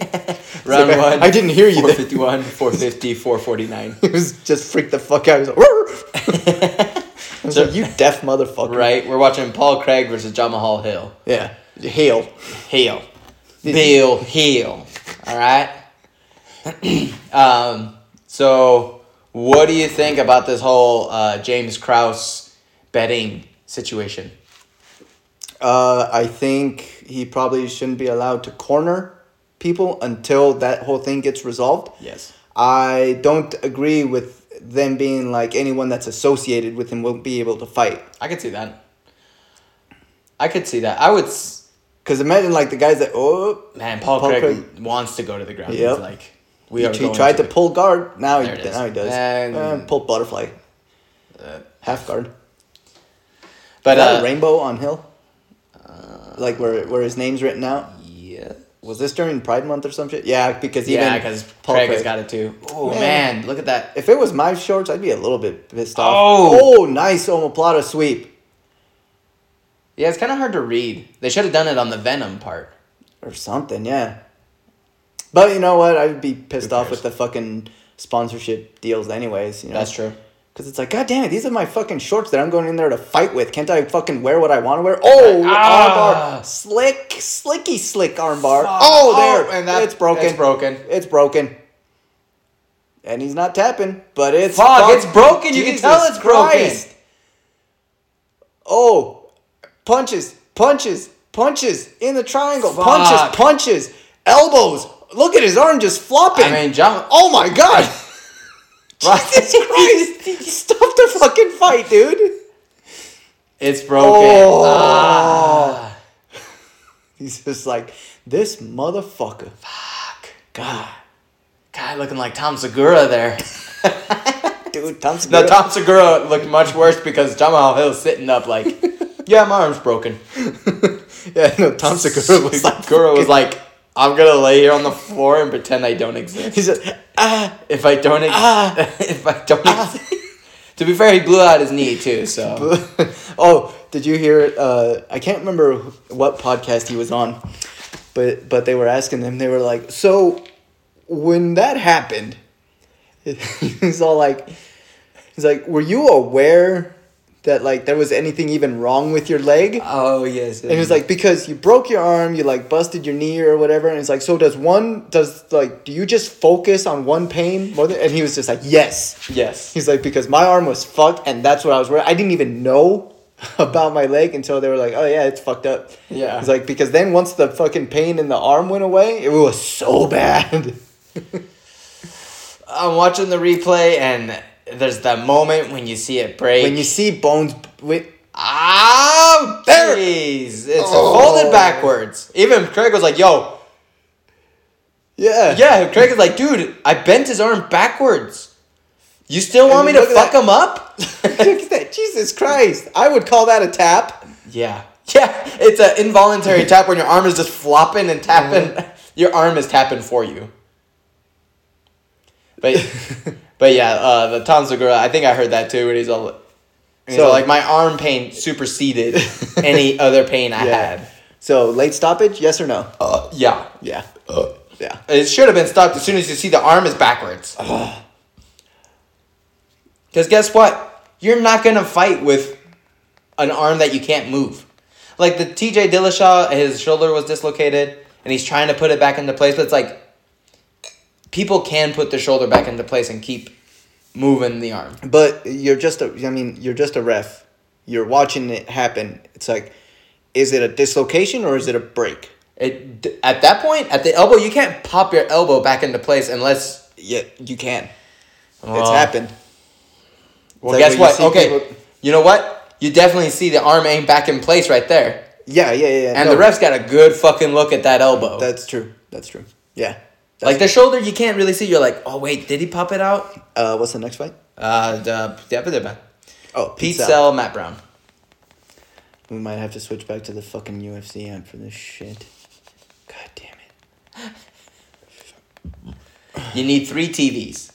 Speaker 1: Like, I-
Speaker 2: one.
Speaker 1: I didn't hear you there.
Speaker 2: 451, 450, 449.
Speaker 1: He was just freaked the fuck out. He was like, "Rrr." I was like, you deaf motherfucker.
Speaker 2: Right. We're watching Paul Craig versus Jamahal Hill.
Speaker 1: Yeah. Hail.
Speaker 2: Hill. Bill Hill. All right. um, so What do you think about this whole uh, James Krause betting situation?
Speaker 1: Uh, I think he probably shouldn't be allowed to corner people until that whole thing gets resolved.
Speaker 2: Yes.
Speaker 1: I don't agree with them being like anyone that's associated with him won't be able to fight.
Speaker 2: I could see that. I could see that. I would. S-
Speaker 1: Cause imagine like the guys that oh
Speaker 2: Man, Paul,
Speaker 1: Paul
Speaker 2: Craig,
Speaker 1: Craig-
Speaker 2: wants to go to the ground.
Speaker 1: Yep.
Speaker 2: He's like, we
Speaker 1: he,
Speaker 2: are
Speaker 1: he
Speaker 2: going
Speaker 1: tried to
Speaker 2: it.
Speaker 1: pull guard now he
Speaker 2: There it is.
Speaker 1: now he does
Speaker 2: And-
Speaker 1: Uh, pulled butterfly
Speaker 2: Uh,
Speaker 1: half guard.
Speaker 2: But
Speaker 1: Is that
Speaker 2: uh,
Speaker 1: a rainbow on hill? like where where his name's written out.
Speaker 2: yeah,
Speaker 1: Was this during Pride Month or some shit? Yeah, because even
Speaker 2: yeah, because
Speaker 1: Paul
Speaker 2: Craig, has got it too. Oh
Speaker 1: Man.
Speaker 2: man, look at that.
Speaker 1: If it was my shorts, I'd be a little bit pissed off.
Speaker 2: Oh.
Speaker 1: oh nice omoplata sweep
Speaker 2: Yeah, it's kind of hard to read. They should have done it on the Venom part.
Speaker 1: or something. Yeah, but you know what? I'd be pissed
Speaker 2: Who
Speaker 1: off with
Speaker 2: cares?
Speaker 1: the fucking sponsorship deals, anyways. You know
Speaker 2: That's true.
Speaker 1: Cause it's like, god damn it, these are my fucking shorts that I'm going in there to fight with. Can't I fucking wear what I want to wear? Oh,
Speaker 2: Ah.
Speaker 1: armbar, slick, slicky, slick armbar.
Speaker 2: Fuck.
Speaker 1: Oh, there,
Speaker 2: and that-
Speaker 1: it's broken.
Speaker 2: it's broken.
Speaker 1: It's broken. And he's not tapping, but it's
Speaker 2: Fuck,
Speaker 1: fuck-
Speaker 2: it's broken. You can tell
Speaker 1: Jesus
Speaker 2: it's broken.
Speaker 1: Christ. Oh, punches, punches, punches in the triangle.
Speaker 2: Fuck.
Speaker 1: Punches, punches, elbows. Look at his arm just flopping.
Speaker 2: I mean, John.
Speaker 1: Oh my god! Jesus Christ! Stop the fucking fight, dude!
Speaker 2: It's broken.
Speaker 1: Oh.
Speaker 2: Ah.
Speaker 1: He's just like, this motherfucker.
Speaker 2: Fuck. God. Guy looking like Tom Segura there.
Speaker 1: Dude, Tom Segura.
Speaker 2: No, Tom Segura looked much worse because Jamal Hill's sitting up like, yeah, my arm's broken.
Speaker 1: yeah, no, Tom Segura was like,
Speaker 2: Segura was like, I'm gonna lay here on the floor and pretend I don't exist.
Speaker 1: he said, ah,
Speaker 2: If I don't, ex-
Speaker 1: Ah.
Speaker 2: if I don't, ex- to be fair, he blew out his knee too. So
Speaker 1: oh, did you hear? Uh, I can't remember wh- what podcast he was on, but but they were asking him. They were like, so when that happened, he's all like, he's like, were you aware that like there was anything even wrong with your leg?
Speaker 2: oh yes,
Speaker 1: And he was like, because you broke your arm, you like busted your knee or whatever. And it's like, so does one, does like, do you just focus on one pain more than? And he was just like, yes.
Speaker 2: yes,
Speaker 1: He's like, because my arm was fucked and that's what I was wearing. I didn't even know about my leg until they were like, oh yeah, it's fucked up.
Speaker 2: Yeah.
Speaker 1: He's like, because then once the fucking pain in the arm went away, it was so bad.
Speaker 2: I'm watching the replay and there's that moment when you see it break.
Speaker 1: when you see bones, wait,
Speaker 2: Ah, there. Jeez, it's
Speaker 1: Oh.
Speaker 2: folded backwards. Even Craig was like, "Yo,
Speaker 1: yeah.
Speaker 2: yeah." Craig is like, "Dude, I bent his arm backwards. You still want
Speaker 1: And
Speaker 2: me to
Speaker 1: then look
Speaker 2: fuck
Speaker 1: at that-
Speaker 2: him up?"
Speaker 1: Look at that. Jesus Christ. I would call that a tap.
Speaker 2: yeah, yeah. It's an involuntary tap when your arm is just flopping and tapping.
Speaker 1: Mm-hmm.
Speaker 2: Your arm is tapping for you. But, but yeah, uh, the Tom Segura. I think I heard that too. When he's all, he's
Speaker 1: So-
Speaker 2: all like, my arm pain superseded any other pain I
Speaker 1: Yeah.
Speaker 2: had.
Speaker 1: So late stoppage, yes or no?
Speaker 2: Uh, yeah.
Speaker 1: Yeah. Yeah.
Speaker 2: It should have been stopped as soon as you see the arm is backwards. Because guess what? You're not going to fight with an arm that you can't move. Like the TJ Dillashaw, his shoulder was dislocated and he's trying to put it back into place, but it's like people can put the shoulder back into place and keep moving the arm.
Speaker 1: But you're just a I mean, you're just a ref. You're watching it happen. It's like is it a dislocation or is it a break?
Speaker 2: It, d- at that point, at the elbow, you can't pop your elbow back into place unless
Speaker 1: Yeah, you can. it's
Speaker 2: Well,
Speaker 1: happened.
Speaker 2: Well,
Speaker 1: Like
Speaker 2: guess
Speaker 1: when you
Speaker 2: what?
Speaker 1: see
Speaker 2: Okay,
Speaker 1: people-
Speaker 2: you know what? You definitely see the arm ain't back in place right there.
Speaker 1: Yeah, yeah, yeah. yeah.
Speaker 2: And
Speaker 1: No,
Speaker 2: the ref's got a good fucking look at that elbow.
Speaker 1: That's true. That's true. Yeah.
Speaker 2: like the shoulder, you can't really see. You're like, oh wait, did he pop it out?
Speaker 1: Uh, what's the next fight?
Speaker 2: Uh, the, the, the, the
Speaker 1: Oh,
Speaker 2: Pete
Speaker 1: pizza.
Speaker 2: Sell, Matt Brown.
Speaker 1: We might have to switch back to the fucking UFC app for this shit. God damn it.
Speaker 2: You need three TVs,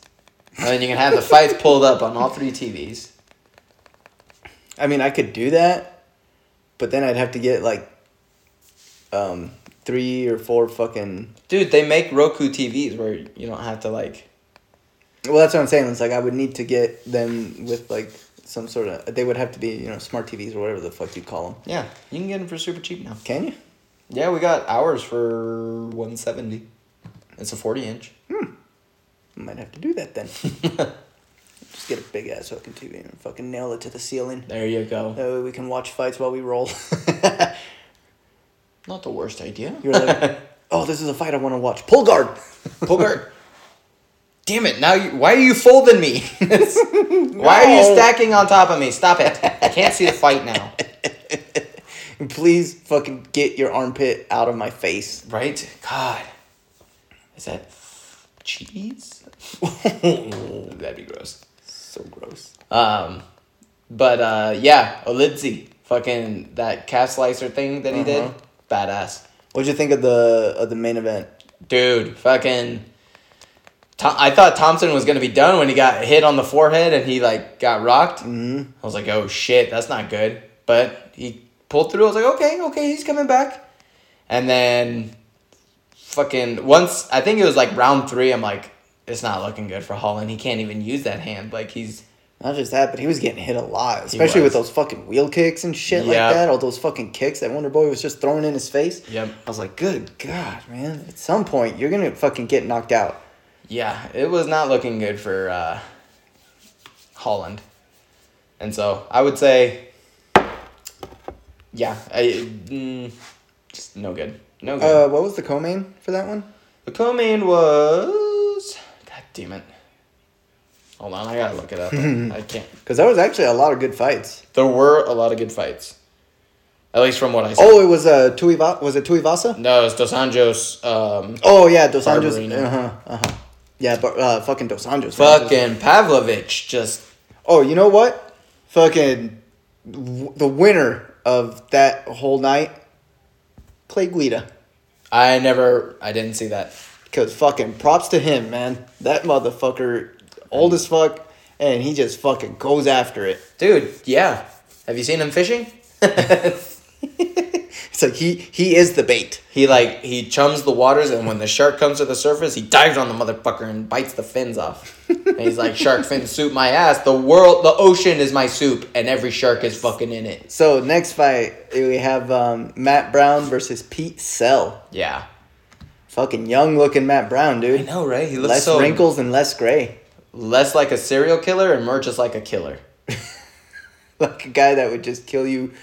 Speaker 2: and then you can have the fights pulled up on all three TVs.
Speaker 1: I mean, I could do that, but then I'd have to get like um three or four fucking
Speaker 2: Dude, they make Roku TVs where you don't have to like.
Speaker 1: Well, that's what I'm saying. It's like I would need to get them with like some sort of. They would have to be you know smart TVs or whatever the fuck you call them.
Speaker 2: Yeah, you can get them for super cheap now.
Speaker 1: Can you?
Speaker 2: Yeah, we got ours for one seventy. It's a forty inch.
Speaker 1: Might have to do that then. Just get a big ass fucking TV and fucking nail it to the ceiling.
Speaker 2: There you go.
Speaker 1: That way we can watch fights while we roll.
Speaker 2: Not the worst idea.
Speaker 1: You're like, oh, this is a fight I want to watch. Pull guard.
Speaker 2: Pull guard. Damn it! Now, you, why are you folding me? Why are you
Speaker 1: No.
Speaker 2: stacking on top of me? Stop it! I can't see the fight now.
Speaker 1: Please fucking get your armpit out of my face.
Speaker 2: Right? God, is that cheese? That'd be gross.
Speaker 1: So gross.
Speaker 2: Um, but uh, yeah, Olidzi, fucking that calf slicer thing that he did, badass,
Speaker 1: What'd you think of the of the main event?
Speaker 2: dude. Fucking, Tom- I thought Thompson was gonna be done when he got hit on the forehead and he like got rocked. Mm-hmm. I was like, oh shit, that's not good. But he pulled through. I was like, okay, okay, he's coming back. And then, fucking once I think it was like round three. I'm like, it's not looking good for Holland. He can't even use that hand. Like he's
Speaker 1: Not just that, but he was getting hit a lot, especially with
Speaker 2: was.
Speaker 1: those fucking wheel kicks and shit
Speaker 2: Yeah.
Speaker 1: like that. All those fucking kicks that Wonder Boy was just throwing in his face.
Speaker 2: Yep.
Speaker 1: I was like, good God, man. At some point, you're going to fucking get knocked out.
Speaker 2: Yeah, it was not looking good for uh, Holland. And so I would say, yeah, I, mm, just no good. No good.
Speaker 1: Uh, what was the co main for that one?
Speaker 2: the co main was. God damn it. Hold on, I gotta look it up. I can't.
Speaker 1: Because there was actually a lot of good fights.
Speaker 2: There were a lot of good fights. At least from what I saw.
Speaker 1: Oh, it was uh, Tui Va- was it Tuivasa?
Speaker 2: No, it's Dos Anjos. Um,
Speaker 1: Oh, yeah, Dos Anjos.
Speaker 2: Barbarina.
Speaker 1: Uh huh. Uh huh. Yeah, but uh, fucking Dos Anjos. man.
Speaker 2: fucking Pavlovich just.
Speaker 1: Oh, you know what? Fucking w- the winner of that whole night, Clay Guida.
Speaker 2: I never. I didn't see that.
Speaker 1: Cause fucking props to him, man. That motherfucker, old as fuck, and he just fucking goes after it.
Speaker 2: Dude, yeah. Have you seen him fishing?
Speaker 1: It's like he he is the bait.
Speaker 2: He like he chums the waters, and when the shark comes to the surface, he dives on the motherfucker and bites the fins off. and he's like, "Shark fin soup, my ass. The world, the ocean is my soup, and every shark is fucking in it."
Speaker 1: So next fight we have um, Matt Brown versus Pete Sell.
Speaker 2: Yeah,
Speaker 1: Fucking young looking Matt Brown, dude.
Speaker 2: I know, right? He looks
Speaker 1: Less
Speaker 2: so
Speaker 1: wrinkles and less gray.
Speaker 2: less like a serial killer and more just like a killer.
Speaker 1: Like a guy that would just kill you,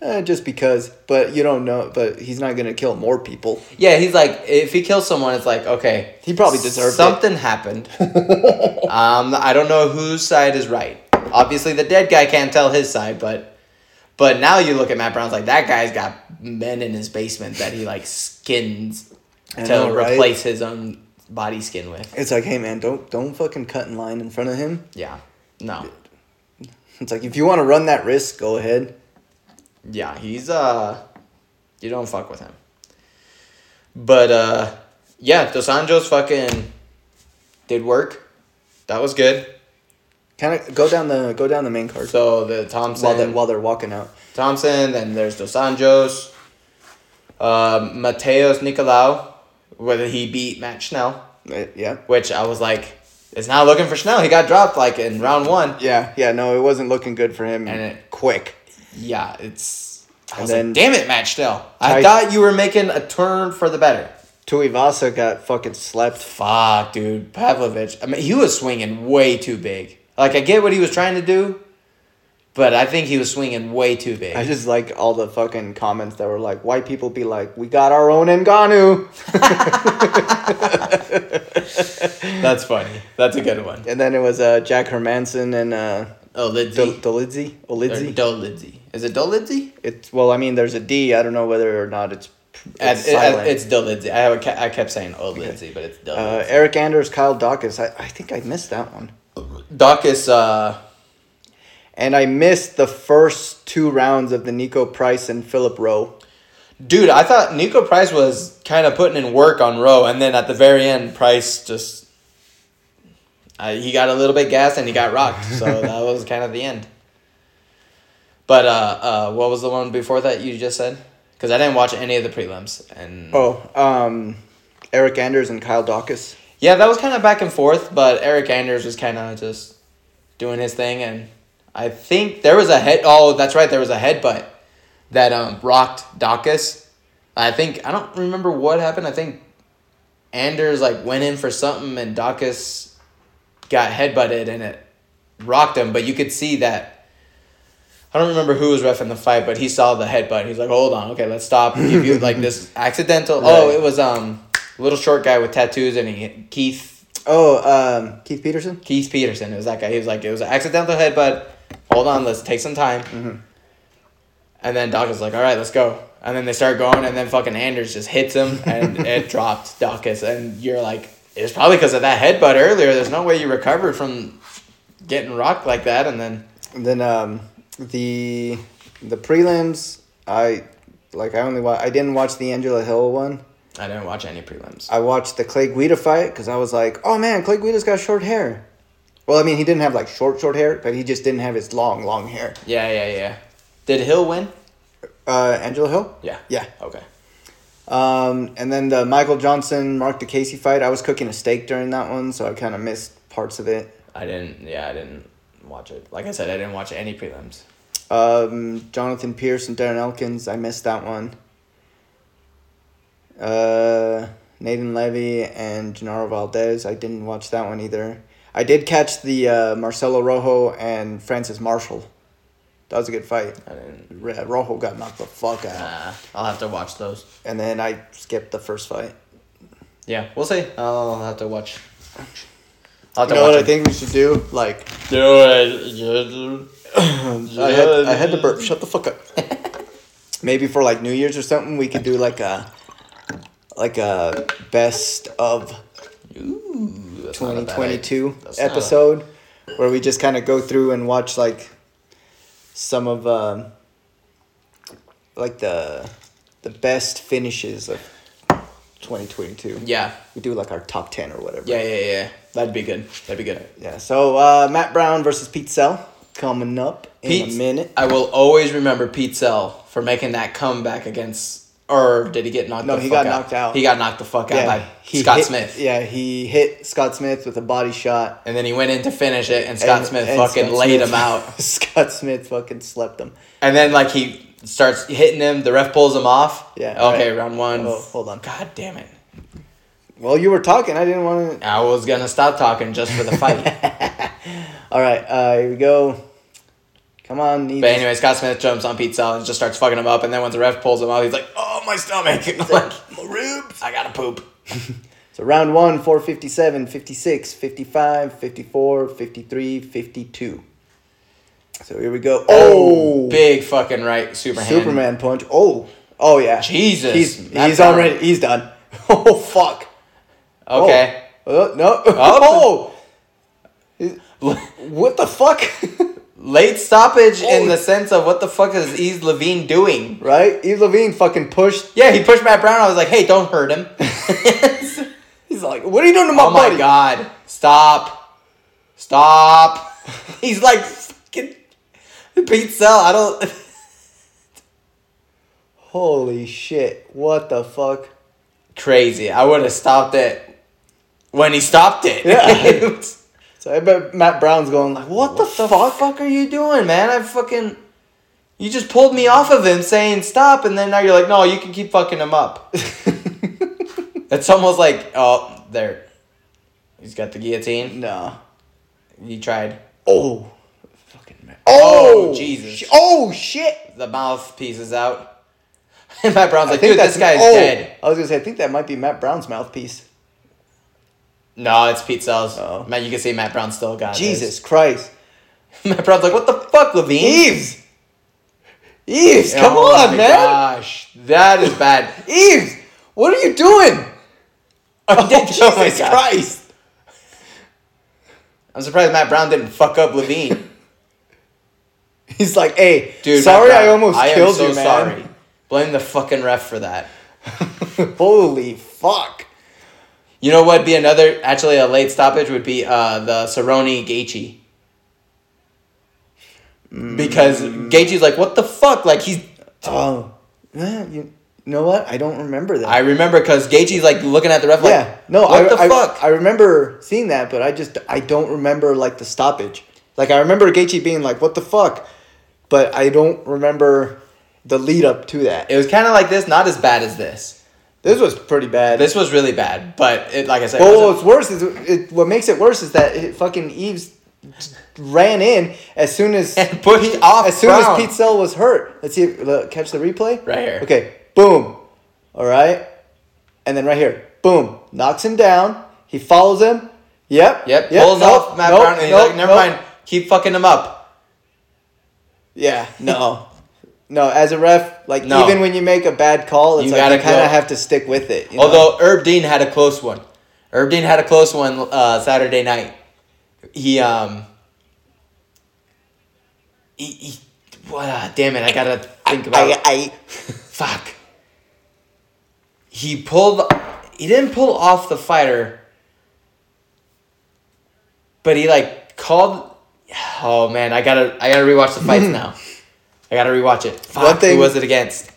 Speaker 1: uh, just because. But you don't know. But he's not gonna kill more people.
Speaker 2: Yeah, he's like, if he kills someone, it's like, okay,
Speaker 1: He probably deserved it.
Speaker 2: something happened. um, I don't know whose side is right. Obviously, the dead guy can't tell his side, but but now you look at Matt Brown's like that guy's got men in his basement that he like skins to
Speaker 1: know, right?
Speaker 2: replace his own body skin with.
Speaker 1: It's like, hey man, don't don't fucking cut in line in front of him.
Speaker 2: Yeah, no,
Speaker 1: It's like if you want to run that risk, go ahead.
Speaker 2: yeah, he's uh, you don't fuck with him. But uh, yeah, Dos Anjos fucking did work. That was good.
Speaker 1: Kind of go down the go down the main card
Speaker 2: So the Thompson
Speaker 1: while they, while they're walking out.
Speaker 2: Thompson, then there's Dos Anjos, uh, Mateos Nicolau, whether he beat Matt Schnell,
Speaker 1: Uh, yeah.
Speaker 2: which I was like, it's not looking for Schnell. He got dropped like in round one.
Speaker 1: Yeah, yeah, no, it wasn't looking good for him.
Speaker 2: And it-
Speaker 1: quick.
Speaker 2: Yeah, it's. I
Speaker 1: And
Speaker 2: was
Speaker 1: then-
Speaker 2: like, damn it, Matt Schnell. I
Speaker 1: Ty-
Speaker 2: thought you were making a turn for the better.
Speaker 1: Tuivasa got fucking slept.
Speaker 2: Fuck, dude. Pavlovich. I mean, he was swinging way too big. Like, I get what he was trying to do, but I think he was swinging way too big.
Speaker 1: I just like all the fucking comments that were like, white people be like, we got our own Nganu.
Speaker 2: That's funny. That's a good one.
Speaker 1: And then it was uh, Jack Hermanson and uh,
Speaker 2: Oh, Lindsay.
Speaker 1: Dol- Dolidze.
Speaker 2: Or
Speaker 1: Olidze.
Speaker 2: Dolidze. Is it Dolidze?
Speaker 1: It's, well, I mean, there's a D. I don't know whether or not it's, it's
Speaker 2: It's,
Speaker 1: silent.
Speaker 2: it's Dolidze. I, have a ca- I kept saying Olidze, but it's
Speaker 1: uh,
Speaker 2: Dolidze.
Speaker 1: Eric Anders, Kyle Dawkins. I, I think I missed that one.
Speaker 2: Doc is, uh,
Speaker 1: And I missed the first two rounds of the Nico Price and Philip Rowe.
Speaker 2: dude, I thought Nico Price was kind of putting in work on Rowe, and then at the very end, Price just, uh, he got a little bit gassed and he got rocked. So that was kind of the end. But uh, uh, what was the one before that you just said? Because I didn't watch any of the prelims. And
Speaker 1: Oh, um, Eric Anders and Kyle Dawkins.
Speaker 2: Yeah, that was kind of back and forth, but Eric Anders was kind of just doing his thing, and I think there was a head. Oh, that's right, there was a headbutt that um, rocked Dawkins. I think I don't remember what happened. I think Anders like went in for something, and Dawkins got headbutted, and it rocked him, but you could see that. I don't remember who was refing the fight, but he saw the headbutt. He's like, "Hold on, okay, let's stop." Give you like this accidental. Oh,
Speaker 1: Right.
Speaker 2: it was um little short guy with tattoos, and he Keith
Speaker 1: Oh, um, Keith Peterson.
Speaker 2: Keith Peterson. It was that guy. He was like, it was an accidental headbutt. Hold on, let's take some time.
Speaker 1: Mm-hmm.
Speaker 2: And then Dawkins was like, all right, let's go. And then they start going, and then fucking Anders just hits him, and it dropped Dawkins. And you're like, it's probably because of that headbutt earlier. There's no way you recovered from getting rocked like that. And then
Speaker 1: And then um, the the prelims, I like. I only wa- I didn't watch the Angela Hill one.
Speaker 2: I didn't watch any prelims.
Speaker 1: I watched the Clay Guida fight because I was like, oh man, Clay Guida's got short hair. Well, I mean, he didn't have like short, short hair, but he just didn't have his long, long hair.
Speaker 2: Yeah, yeah, yeah. Did Hill win?
Speaker 1: Uh, Angela Hill.
Speaker 2: Yeah.
Speaker 1: Yeah.
Speaker 2: Okay.
Speaker 1: Um, and then the Michael Johnson Mark DeCasey fight. I was cooking a steak during that one, so I kind of missed parts of it.
Speaker 2: I didn't, yeah, I didn't watch it. Like I said, I didn't watch any prelims.
Speaker 1: Um, Jonathan Pierce and Darren Elkins. I missed that one. Uh, Nathan Levy and Gennaro Valdez. I didn't watch that one either. I did catch the uh, Marcelo Rojo and Francis Marshall. That was a good fight.
Speaker 2: I didn't,
Speaker 1: Re- Rojo got knocked the fuck out.
Speaker 2: uh, I'll have to watch those.
Speaker 1: And then I skipped the first fight.
Speaker 2: Yeah, we'll see. I'll have to watch. I'll have
Speaker 1: You know what I think we should do? Like,
Speaker 2: Do
Speaker 1: I had, I had to burp. Shut the fuck up. Maybe for like New Year's or something, we could do like a like a best of
Speaker 2: Ooh,
Speaker 1: 2022
Speaker 2: That's not a-
Speaker 1: episode where we just kind of go through and watch like some of um, like the the best finishes of 2022.
Speaker 2: Yeah,
Speaker 1: We do like our top 10 or whatever.
Speaker 2: yeah, yeah, yeah. That'd be good. That'd be good.
Speaker 1: Yeah. So uh, Matt Brown versus Pete Sell coming up in
Speaker 2: Pete-
Speaker 1: a minute.
Speaker 2: I will always remember Pete Sell for making that comeback against. Or did he get knocked?
Speaker 1: No,
Speaker 2: the
Speaker 1: he
Speaker 2: fuck
Speaker 1: got knocked out.
Speaker 2: He got knocked the fuck out by
Speaker 1: he
Speaker 2: Scott
Speaker 1: hit-
Speaker 2: Smith,
Speaker 1: Yeah, he hit Scott Smith with a body shot.
Speaker 2: and then he went in to finish it, and Scott
Speaker 1: and-
Speaker 2: Smith
Speaker 1: and
Speaker 2: fucking
Speaker 1: Scott
Speaker 2: laid
Speaker 1: Smith-
Speaker 2: him out.
Speaker 1: Scott Smith fucking slept him.
Speaker 2: And then like he starts hitting him, the ref pulls him off.
Speaker 1: Yeah,
Speaker 2: Okay,
Speaker 1: right.
Speaker 2: round one.
Speaker 1: Oh, hold on.
Speaker 2: God damn it.
Speaker 1: Well, you were talking. I didn't want to.
Speaker 2: I was gonna stop talking just for the fight.
Speaker 1: All right, uh, here we go. Come on, need
Speaker 2: But
Speaker 1: this-
Speaker 2: anyway, Scott Smith jumps on Pete Sell and just starts fucking him up. And then once the ref pulls him out, he's like, "Oh, my stomach! like, my ribs! I gotta poop."
Speaker 1: So round one, 457, 56, 55, 54, 53, 52. So here we go. Oh,
Speaker 2: big fucking right, Superman.
Speaker 1: Superman punch. Oh, oh yeah.
Speaker 2: Jesus,
Speaker 1: He's,
Speaker 2: Matt
Speaker 1: he's
Speaker 2: Brown.
Speaker 1: already, he's done. Oh, fuck.
Speaker 2: Okay.
Speaker 1: Oh, uh, no.
Speaker 2: Oh.
Speaker 1: Oh. what the fuck?
Speaker 2: Late stoppage in
Speaker 1: Oh.
Speaker 2: the sense of what the fuck is Eve Levine doing?
Speaker 1: right? Eve Levine fucking pushed.
Speaker 2: Yeah, he pushed Matt Brown. I was like, "Hey, don't hurt him."
Speaker 1: He's like, what are you doing to my
Speaker 2: oh my
Speaker 1: buddy?
Speaker 2: god! Stop! Stop! He's like, fucking Pete Sell. I don't.
Speaker 1: Holy shit. What the fuck?
Speaker 2: Crazy. I would have stopped it when he stopped it.
Speaker 1: Yeah. So I bet Matt Brown's going like, what, the, fuck?
Speaker 2: are you doing, man? I fucking. You just pulled me off of him saying stop, and then now you're like, no, you can keep fucking him up. it's almost like, oh, there. He's got the guillotine.
Speaker 1: no.
Speaker 2: He tried.
Speaker 1: Oh. Fucking Matt.
Speaker 2: Oh, Jesus.
Speaker 1: sh- Oh shit.
Speaker 2: The mouthpiece is out. And Matt Brown's
Speaker 1: I
Speaker 2: like,
Speaker 1: think
Speaker 2: dude, this
Speaker 1: that's
Speaker 2: guy's
Speaker 1: oh.
Speaker 2: dead.
Speaker 1: I was gonna say, I think that might be Matt Brown's mouthpiece.
Speaker 2: No, it's Pete Sells.
Speaker 1: Oh.
Speaker 2: Matt, you can see Matt Brown still got this.
Speaker 1: Jesus Christ.
Speaker 2: Matt Brown's like, what the fuck, Levine?
Speaker 1: Eves. Eves, come
Speaker 2: Oh
Speaker 1: on,
Speaker 2: my
Speaker 1: man.
Speaker 2: Gosh, that is bad.
Speaker 1: Eves, what are you doing?
Speaker 2: Oh,
Speaker 1: Jesus
Speaker 2: my God.
Speaker 1: Christ.
Speaker 2: I'm surprised Matt Brown didn't fuck up Levine.
Speaker 1: He's like, hey,
Speaker 2: Dude,
Speaker 1: sorry
Speaker 2: Matt
Speaker 1: I
Speaker 2: Brown,
Speaker 1: almost
Speaker 2: am
Speaker 1: killed
Speaker 2: so
Speaker 1: you, man.
Speaker 2: Blame the fucking ref for that.
Speaker 1: Holy fuck.
Speaker 2: You know what? Be another actually a late stoppage would be uh, the Cerrone Gaethje. Because
Speaker 1: Mm.
Speaker 2: Gaethje's like, what the fuck? Like he's.
Speaker 1: Oh, yeah, you know what? I don't remember that.
Speaker 2: I remember because Gaethje's like looking at the ref like,
Speaker 1: yeah, no,
Speaker 2: what
Speaker 1: I,
Speaker 2: the
Speaker 1: I,
Speaker 2: fuck?
Speaker 1: I remember seeing that, but I just I don't remember like the stoppage. Like I remember Gaethje being like, "What the fuck," but I don't remember the lead up to that.
Speaker 2: it was kind of like this, not as bad as this.
Speaker 1: This was pretty bad.
Speaker 2: This was really bad, but it, like I said, it
Speaker 1: But
Speaker 2: wasn't-
Speaker 1: what's worse is it, what makes it worse is that it, fucking Eves ran in as soon as
Speaker 2: And pushed off
Speaker 1: as soon
Speaker 2: Brown.
Speaker 1: as Pete Sell was hurt. Let's see, look, catch the replay.
Speaker 2: Right here.
Speaker 1: Okay, boom. All right, and then right here, boom, knocks him down. He follows him. Yep.
Speaker 2: Yep, pulls
Speaker 1: nope,
Speaker 2: off Matt
Speaker 1: nope,
Speaker 2: Brown, and he's
Speaker 1: nope,
Speaker 2: like, never
Speaker 1: nope."
Speaker 2: mind, keep fucking him up.
Speaker 1: Yeah. No. no. As a ref, like
Speaker 2: No.
Speaker 1: even when you make a bad call, it's
Speaker 2: You
Speaker 1: like
Speaker 2: gotta
Speaker 1: you kind
Speaker 2: go.
Speaker 1: of have to stick with it. you know?
Speaker 2: Although Herb Dean had a close one. Herb Dean had a close one uh, Saturday night. He um. He, he what? ah, damn it! I gotta think about. it.
Speaker 1: I,
Speaker 2: Fuck. He pulled. He didn't pull off the fighter. But he like called. Oh man, I gotta I gotta rewatch the fights now. I gotta rewatch it. Fuck,
Speaker 1: One thing-
Speaker 2: who was it against?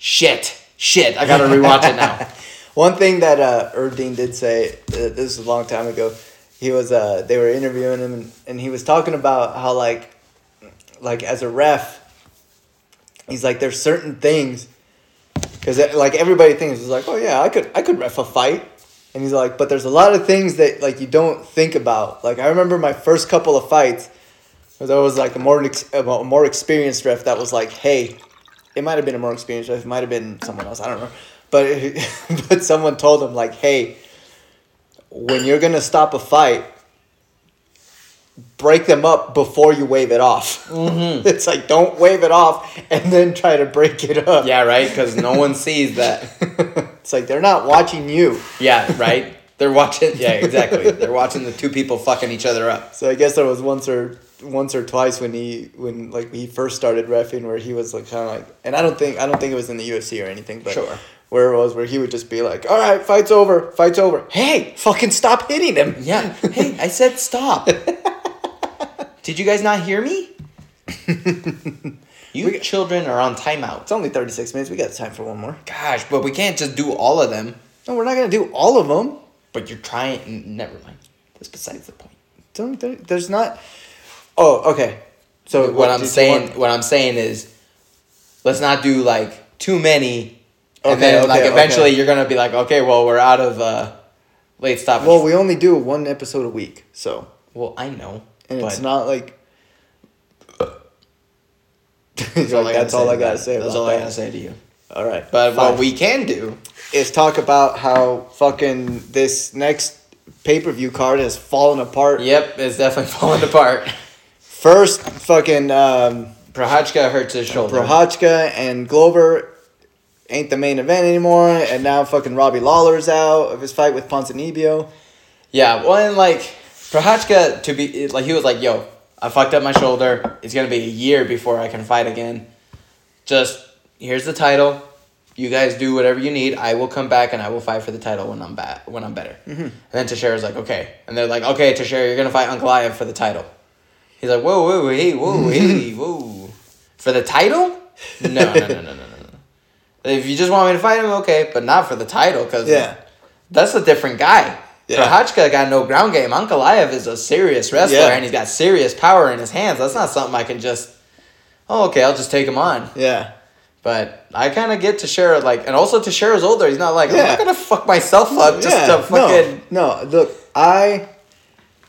Speaker 2: Shit, shit! I gotta rewatch it now.
Speaker 1: One thing that uh, Irv Dean did say, uh, this was a long time ago, he was uh, they were interviewing him and, and he was talking about how like like as a ref, he's like there's certain things because like everybody thinks is like oh yeah I could I could ref a fight. And he's like, but there's a lot of things that like you don't think about. Like I remember my first couple of fights, there was like a more ex- a more experienced ref that was like, hey, it might have been a more experienced ref. It might have been someone else. I don't know. But but someone told him like, hey, when you're gonna stop a fight, break them up before you wave it off.
Speaker 2: Mm-hmm.
Speaker 1: it's like don't wave it off and then try to break it up.
Speaker 2: yeah, right. Because no one sees that.
Speaker 1: it's like they're not watching you.
Speaker 2: Yeah, right. They're watching. Yeah, exactly. They're watching the two people fucking each other up.
Speaker 1: So I guess there was once or once or twice when he when like he first started refing where he was like kind of like and I don't think I don't think it was in the UFC or anything but
Speaker 2: Sure.
Speaker 1: where it was where he would just be like all right fight's over fight's over hey fucking stop hitting him
Speaker 2: Yeah. Hey, I said stop. Did you guys not hear me? You children are on timeout.
Speaker 1: it's only 36 minutes we got time for one more
Speaker 2: Gosh, but we can't just do all of them.
Speaker 1: no we're not gonna do all of them
Speaker 2: But you're trying. n- Never mind. That's besides the point.
Speaker 1: it's only 30, there's not oh okay so
Speaker 2: What,
Speaker 1: what
Speaker 2: I'm
Speaker 1: did you
Speaker 2: saying,
Speaker 1: want?
Speaker 2: what I'm saying is, let's not do like too many, and
Speaker 1: Okay,
Speaker 2: then
Speaker 1: okay,
Speaker 2: like eventually
Speaker 1: okay.
Speaker 2: you're gonna be like, okay, well we're out of uh, late stoppage.
Speaker 1: well we only do one episode a week so
Speaker 2: well I know,
Speaker 1: and
Speaker 2: but
Speaker 1: it's not like
Speaker 2: that's all I gotta
Speaker 1: that's all I
Speaker 2: to
Speaker 1: gotta
Speaker 2: that.
Speaker 1: say
Speaker 2: That's
Speaker 1: about
Speaker 2: all I
Speaker 1: that.
Speaker 2: gotta say to you.
Speaker 1: all right
Speaker 2: But
Speaker 1: fine.
Speaker 2: what we can do
Speaker 1: is talk about how fucking this next pay per view card has fallen apart.
Speaker 2: Yep, it's definitely falling apart.
Speaker 1: First, fucking um,
Speaker 2: Prohachka hurts his shoulder.
Speaker 1: Prohachka and Glover ain't the main event anymore, and now fucking Robbie Lawler's out of his fight with Ponzinibbio.
Speaker 2: yeah, well, and like Prohachka to be like he was like, "Yo, I fucked up my shoulder. It's gonna be a year before I can fight again. Just here's the title. You guys do whatever you need. I will come back and I will fight for the title when I'm back when I'm better." And then Teixeira's like, "Okay," and they're like, "Okay, Teixeira, you're gonna fight Uncle Iev for the title." He's like, "Whoa, whoa, hey, whoa, hey, whoa, for the title? No, no, no, no, no, no, no. If you just want me to fight him, okay, but not for the title, because
Speaker 1: Yeah.
Speaker 2: that's a different guy.
Speaker 1: Yeah.
Speaker 2: Prohachka got no ground game. Uncle Iev is a serious wrestler
Speaker 1: Yeah.
Speaker 2: and he's got serious power in his hands. That's not something I can just, oh, okay, I'll just take him on.
Speaker 1: Yeah.
Speaker 2: But I kind of get Teixeira, like, and also Teixeira's older. He's not like, I'm
Speaker 1: Yeah.
Speaker 2: not going to fuck myself up Uh, just
Speaker 1: yeah.
Speaker 2: to fucking.
Speaker 1: No, no, look, I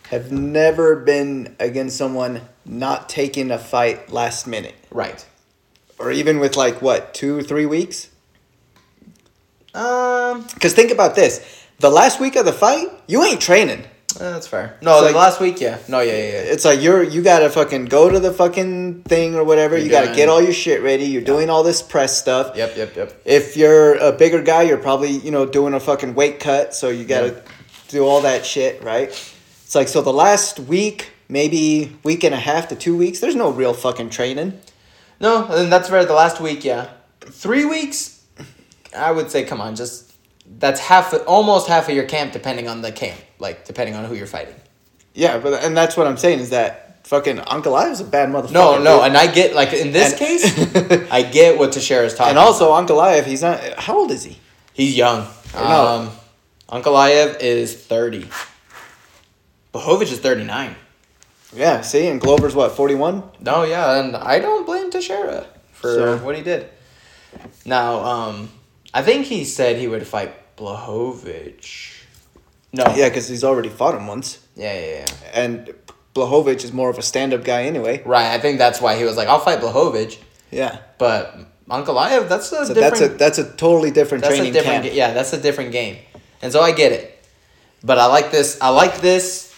Speaker 1: have never been against someone not taking a fight last minute.
Speaker 2: Right.
Speaker 1: Or even with like what, two, three weeks?
Speaker 2: Um,
Speaker 1: Because think about this. The last week of the fight, you ain't training.
Speaker 2: eh, that's fair. No,
Speaker 1: It's like-
Speaker 2: like, last week, yeah. No, yeah, yeah, yeah.
Speaker 1: It's like you're you gotta fucking go to the fucking thing or whatever.
Speaker 2: You're
Speaker 1: you gotta
Speaker 2: doing-
Speaker 1: get all your shit ready. You're doing all this press stuff.
Speaker 2: Yep, yep, yep.
Speaker 1: If you're a bigger guy, you're probably you know doing a fucking weight cut, so you gotta
Speaker 2: Yeah.
Speaker 1: do all that shit, right? It's like so the last week, maybe week and a half to two weeks. There's no real fucking training.
Speaker 2: No, and that's fair. The last week, yeah. Three weeks, I would say, come on, just that's half, almost half of your camp, depending on the camp, like depending on who you're fighting.
Speaker 1: Yeah, but and that's what I'm saying is that fucking Uncle I was a bad motherfucker.
Speaker 2: No, no,
Speaker 1: dude.
Speaker 2: and I get like in this
Speaker 1: And-
Speaker 2: case, I get what Teixeira's talking.
Speaker 1: and also Uncle Iev, he's not. How old is he?
Speaker 2: he's young.
Speaker 1: No.
Speaker 2: Um, Uncle Iev is thirty. Bohovich is thirty nine.
Speaker 1: Yeah, see, and Glover's what forty one.
Speaker 2: No, yeah, and I don't blame Teixeira for
Speaker 1: So-
Speaker 2: what he did. Now, um, I think he said he would fight Blahovich. No.
Speaker 1: Yeah, because he's already fought him once,
Speaker 2: Yeah, yeah, yeah.
Speaker 1: and Blahovic is more of a stand-up guy anyway.
Speaker 2: Right. I think that's why he was like, I'll fight Blahovic,
Speaker 1: Yeah,
Speaker 2: but Ankalaev, that's a
Speaker 1: so
Speaker 2: different.
Speaker 1: that's a that's a totally different
Speaker 2: that's
Speaker 1: training
Speaker 2: a different.
Speaker 1: camp.
Speaker 2: ga- Yeah, that's a different game, and so I get it. But I like this. I like this,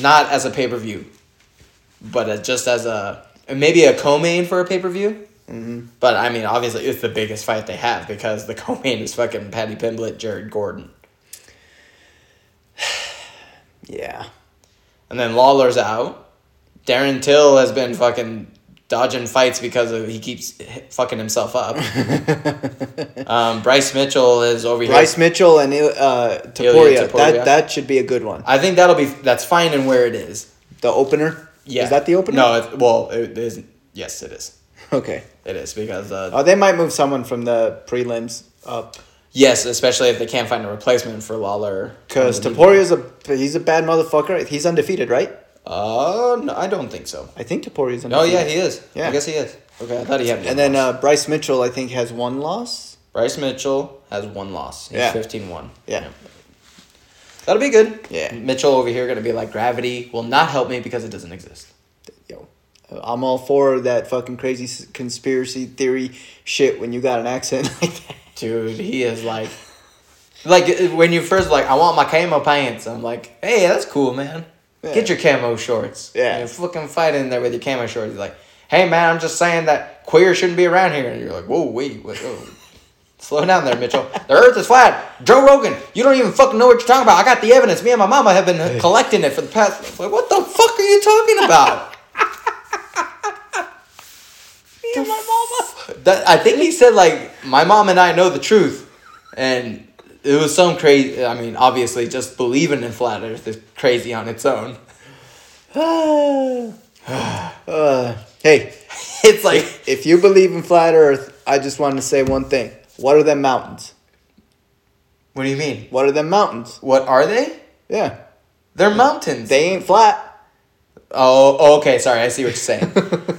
Speaker 2: not as a pay per view, but uh, just as a maybe a co-main for a pay per view. Mm-hmm. But I mean, obviously, it's the biggest fight they have because the co-main is fucking Patty Pimblett, Jared Gordon,
Speaker 1: Yeah,
Speaker 2: and then Lawler's out. Darren Till has been fucking dodging fights because of he keeps h- fucking himself up. um, Bryce Mitchell is over here.
Speaker 1: Bryce Mitchell and uh, Taporia.
Speaker 2: Ilya Taporia.
Speaker 1: That that should be a good one.
Speaker 2: I think that'll be that's fine and where it is.
Speaker 1: The opener.
Speaker 2: Yeah.
Speaker 1: Is that the opener?
Speaker 2: No, it, well, it is. Yes, it is.
Speaker 1: Okay.
Speaker 2: It is because uh,
Speaker 1: Oh, they might move someone from the prelims up
Speaker 2: yes, especially if they can't find a replacement for Lawler.
Speaker 1: because
Speaker 2: Um,
Speaker 1: Taporia's a he's a bad motherfucker. He's undefeated, right?
Speaker 2: Uh, no, I don't think so.
Speaker 1: I think Taporia's undefeated.
Speaker 2: Oh yeah, he is.
Speaker 1: Yeah.
Speaker 2: I guess he is. Okay, I thought he had. one
Speaker 1: And then
Speaker 2: loss.
Speaker 1: uh, Bryce Mitchell, I think, has one loss.
Speaker 2: Bryce Mitchell has one loss. He's
Speaker 1: Yeah.
Speaker 2: 15-1.
Speaker 1: Yeah.
Speaker 2: That'll be good.
Speaker 1: Yeah.
Speaker 2: Mitchell over here gonna be like gravity will not help me because it doesn't exist.
Speaker 1: Yo, I'm all for that fucking crazy s- conspiracy theory shit when you got an accent like that.
Speaker 2: Dude, he is like, like uh, when you first like, I want my camo pants. I'm like, hey, that's cool, man. Get your camo shorts.
Speaker 1: Yeah.
Speaker 2: And you're fucking fighting there with your camo shorts. He's like, hey, man, I'm just saying that queer shouldn't be around here. And you're like, whoa, wait, wait, whoa. slow down there, Mitchell. The Earth is flat. Joe Rogan, you don't even fucking know what you're talking about. I got the evidence. Me and my mama have been collecting it for the past. Like, what the fuck are you talking about? That I think he said like my mom and I know the truth, and it was some crazy. I mean, obviously, just believing in flat Earth is crazy on its own.
Speaker 1: Uh, hey,
Speaker 2: It's like
Speaker 1: if you believe in flat Earth, I just want to say one thing. What are them mountains?
Speaker 2: what do you mean?
Speaker 1: What are them mountains?
Speaker 2: What are they?
Speaker 1: Yeah,
Speaker 2: They're mountains.
Speaker 1: they ain't flat.
Speaker 2: oh, oh, okay. Sorry, I see what you're saying.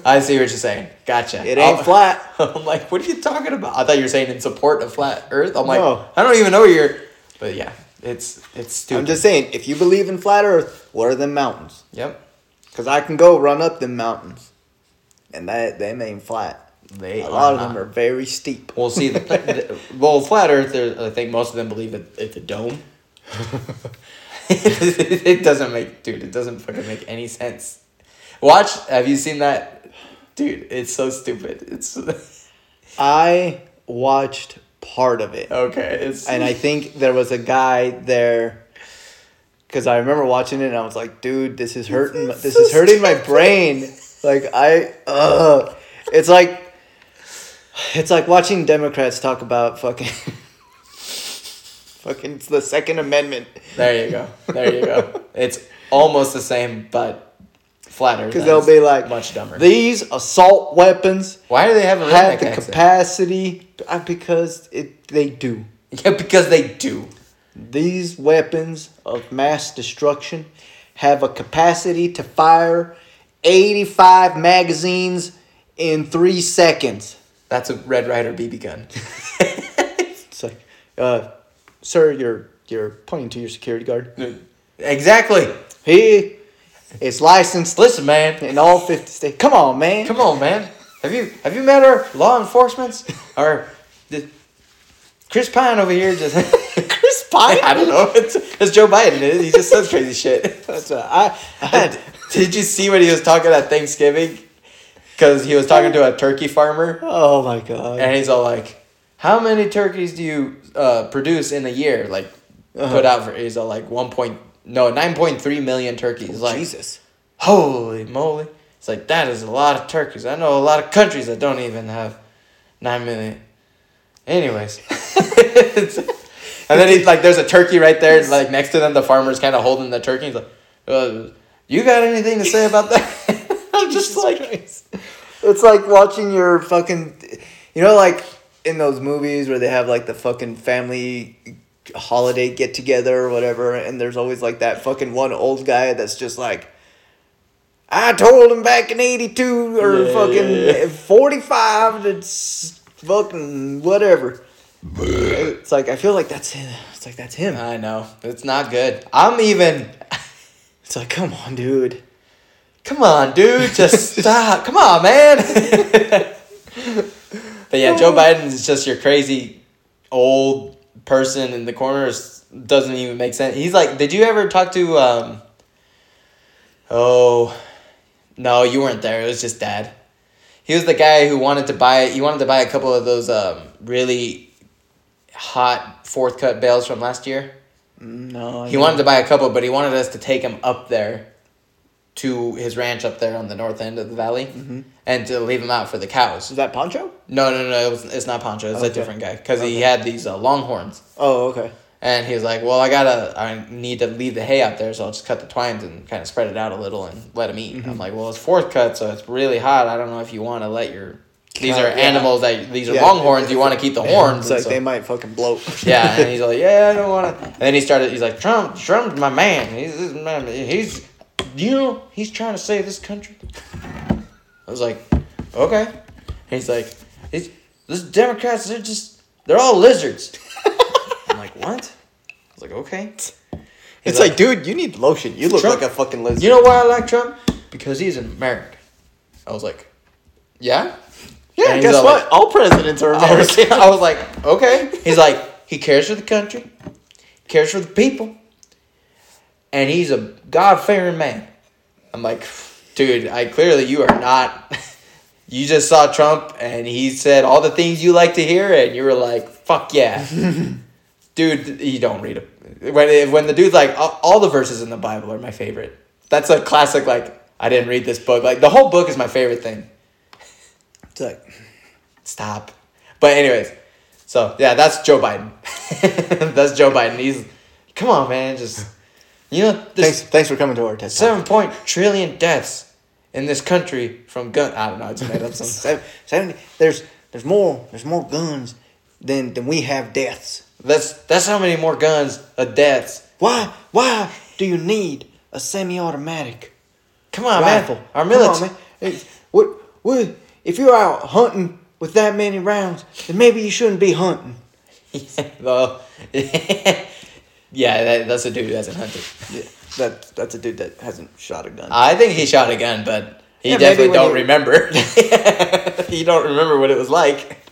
Speaker 2: I see what you're saying. Gotcha.
Speaker 1: It ain't
Speaker 2: I'm-
Speaker 1: flat.
Speaker 2: I'm like, what are you talking about? I thought you were saying in support of flat Earth. I'm like,
Speaker 1: No.
Speaker 2: I don't even know where you're. But yeah, it's it's stupid.
Speaker 1: I'm just saying, if you believe in flat Earth, what are them mountains?
Speaker 2: yep.
Speaker 1: Cause I can go run up them mountains, and that them ain't flat.
Speaker 2: They
Speaker 1: A lot of
Speaker 2: not.
Speaker 1: them are very steep.
Speaker 2: Well, see, the, the, well, flat Earth. there- I think most of them believe it, it's a dome. it doesn't make, dude. It doesn't fucking make any sense. Watch. Have you seen that, dude? It's so stupid. It's
Speaker 1: I watched part of it,
Speaker 2: okay. It's
Speaker 1: and I think there was a guy there. Cause I remember watching it, and I was like, "Dude, this is hurting. my- This is hurting my brain. Like I, ugh. It's like, it's like watching Democrats talk about fucking, fucking the Second Amendment.
Speaker 2: there you go. There you go. It's almost the same, but flat Earth.
Speaker 1: Because they'll be like,
Speaker 2: much dumber.
Speaker 1: These assault weapons
Speaker 2: Why do they have a
Speaker 1: have
Speaker 2: redneck
Speaker 1: the
Speaker 2: accent?
Speaker 1: capacity uh, because it they do.
Speaker 2: yeah, because they do.
Speaker 1: These weapons of mass destruction have a capacity to fire 85 magazines in three seconds.
Speaker 2: That's a Red Rider BB gun.
Speaker 1: It's like, uh, sir, you're you're pointing to your security guard.
Speaker 2: exactly.
Speaker 1: He is licensed
Speaker 2: Listen, man.
Speaker 1: in all 50 states. Come on, man.
Speaker 2: Come on, man. Have you have you met our law enforcement or the, Chris Pine over here? Just
Speaker 1: Chris Pine?
Speaker 2: I don't know. It's, it's Joe Biden. It is. He just says crazy shit.
Speaker 1: That's a, I, I had,
Speaker 2: Did you see when he was talking at Thanksgiving? Because he was talking to a turkey farmer,
Speaker 1: oh my god.
Speaker 2: and he's all like, "How many turkeys do you uh, produce in a year? Like put
Speaker 1: Uh-huh.
Speaker 2: out for?" He's all like, "One point no, nine point three million turkeys." Like
Speaker 1: Oh, Jesus.
Speaker 2: holy moly. It's like, that is a lot of turkeys. I know a lot of countries that don't even have 9 million. Anyways. and then he's like, there's a turkey right there, like next to them. The farmer's kind of holding the turkey. He's like, uh, you got anything to say about that? I'm just like,
Speaker 1: It's like watching your fucking, you know, like in those movies where they have like the fucking family holiday get together or whatever, and there's always like that fucking one old guy that's just like, I told him back in '82 or
Speaker 2: Yeah,
Speaker 1: fucking
Speaker 2: yeah, yeah.
Speaker 1: '45 that's fucking whatever. It's like I feel like that's him. It's like that's him.
Speaker 2: I know. It's not good. I'm even.
Speaker 1: It's like come on, dude.
Speaker 2: Come on, dude. Just stop. Come on, man. but yeah, Joe Biden is just your crazy old person in the corner. It's- Doesn't even make sense. He's like, did you ever talk to. um Oh. No, you weren't there. It was just dad. He was the guy who wanted to buy. He wanted to buy a couple of those um, really hot fourth cut bales from last year.
Speaker 1: No, I
Speaker 2: He wanted to buy a couple, but he wanted us to take him up there to his ranch up there on the north end of the valley
Speaker 1: Mm-hmm.
Speaker 2: and to leave him out for the cows.
Speaker 1: Is that Poncho?
Speaker 2: No, no, no, it was, it's not Pancho. It's
Speaker 1: Okay.
Speaker 2: a different guy because he had these uh, longhorns.
Speaker 1: Oh, okay.
Speaker 2: And he was like, well, I gotta, I need to leave the hay out there, so I'll just cut the twines and kind of spread it out a little and let him eat.
Speaker 1: Mm-hmm.
Speaker 2: I'm like, well, it's fourth cut, so it's really hot. I don't know if you want to let your, these
Speaker 1: Cow-
Speaker 2: are
Speaker 1: yeah.
Speaker 2: animals that, these are
Speaker 1: Yeah.
Speaker 2: longhorns, you want to keep the
Speaker 1: It's
Speaker 2: horns. and
Speaker 1: like
Speaker 2: so-
Speaker 1: they might fucking bloat.
Speaker 2: yeah, and he's like, yeah, I don't want to. And then he started. He's like, Trump, Trump's my man. He's this man. He's, you know, he's trying to save this country. I was like, okay. And he's like, it's this Democrats. They're just, they're all lizards. I'm like, what? I was like, okay.
Speaker 1: it's like, dude, you need lotion. You look
Speaker 2: Trump-
Speaker 1: like a fucking lizard.
Speaker 2: You know why I like Trump? Because he's an American. I was like, yeah.
Speaker 1: yeah.
Speaker 2: And he's
Speaker 1: guess
Speaker 2: all
Speaker 1: what? all presidents are
Speaker 2: I was,
Speaker 1: American.
Speaker 2: I was like, okay. He's like, he cares for the country, cares for the people, and he's a God fearing man. I'm like, dude, I clearly you are not. You just saw Trump, and he said all the things you like to hear, and you were like, fuck yeah, dude. You don't read it when when the dude's like, all, all the verses in the Bible are my favorite. That's a classic. Like, I didn't read this book. Like, the whole book is my favorite thing
Speaker 1: It's like,
Speaker 2: stop. But anyways, so yeah, that's Joe Biden. that's Joe Biden. He's come on, man. Just you know,
Speaker 1: thanks,
Speaker 2: there's
Speaker 1: thanks for coming to our test.
Speaker 2: seven point trillion deaths in this country from gun. I don't know. I just made up some.
Speaker 1: Seven- seventy- There's there's more there's more guns than than we have deaths.
Speaker 2: That's that's how many more guns a deaths.
Speaker 1: Why why do you need a semi-automatic
Speaker 2: Come on,
Speaker 1: rifle?
Speaker 2: man. Our
Speaker 1: Come
Speaker 2: military.
Speaker 1: on, man. It's- What what if you're out hunting with that many rounds? Then maybe you shouldn't be hunting.
Speaker 2: Yeah, well, yeah, that, that's a dude who hasn't hunted.
Speaker 1: Yeah, that that's a dude that hasn't shot a gun.
Speaker 2: I think he shot a gun, but he
Speaker 1: Yeah, maybe
Speaker 2: definitely
Speaker 1: when
Speaker 2: don't
Speaker 1: he-
Speaker 2: remember. you don't remember what it was like.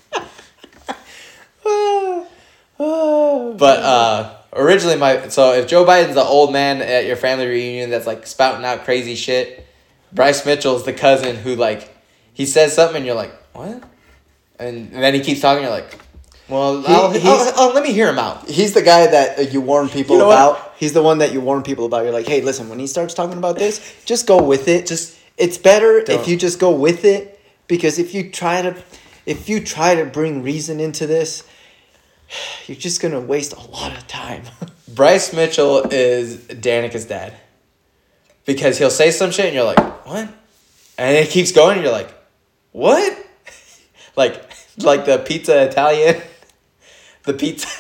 Speaker 2: But uh, originally, my so if Joe Biden's the old man at your family reunion that's like spouting out crazy shit, Bryce Mitchell's the cousin who like he says something and you're like what, and, and then he keeps talking. You're like, well, I'll,
Speaker 1: he's-
Speaker 2: I'll- I'll- let me hear him out.
Speaker 1: He's the guy that uh, you warn people
Speaker 2: You know what?
Speaker 1: about. He's the one that you warn people about. You're like, hey, listen, when he starts talking about this, just go with it.
Speaker 2: Just
Speaker 1: it's better if
Speaker 2: don't.
Speaker 1: you just go with it because if you try to, if you try to bring reason into this, you're just gonna waste a lot of time.
Speaker 2: Bryce Mitchell is Danica's dad. Because he'll say some shit and you're like, what? And it keeps going and you're like, what? like like the pizza Italian. The pizza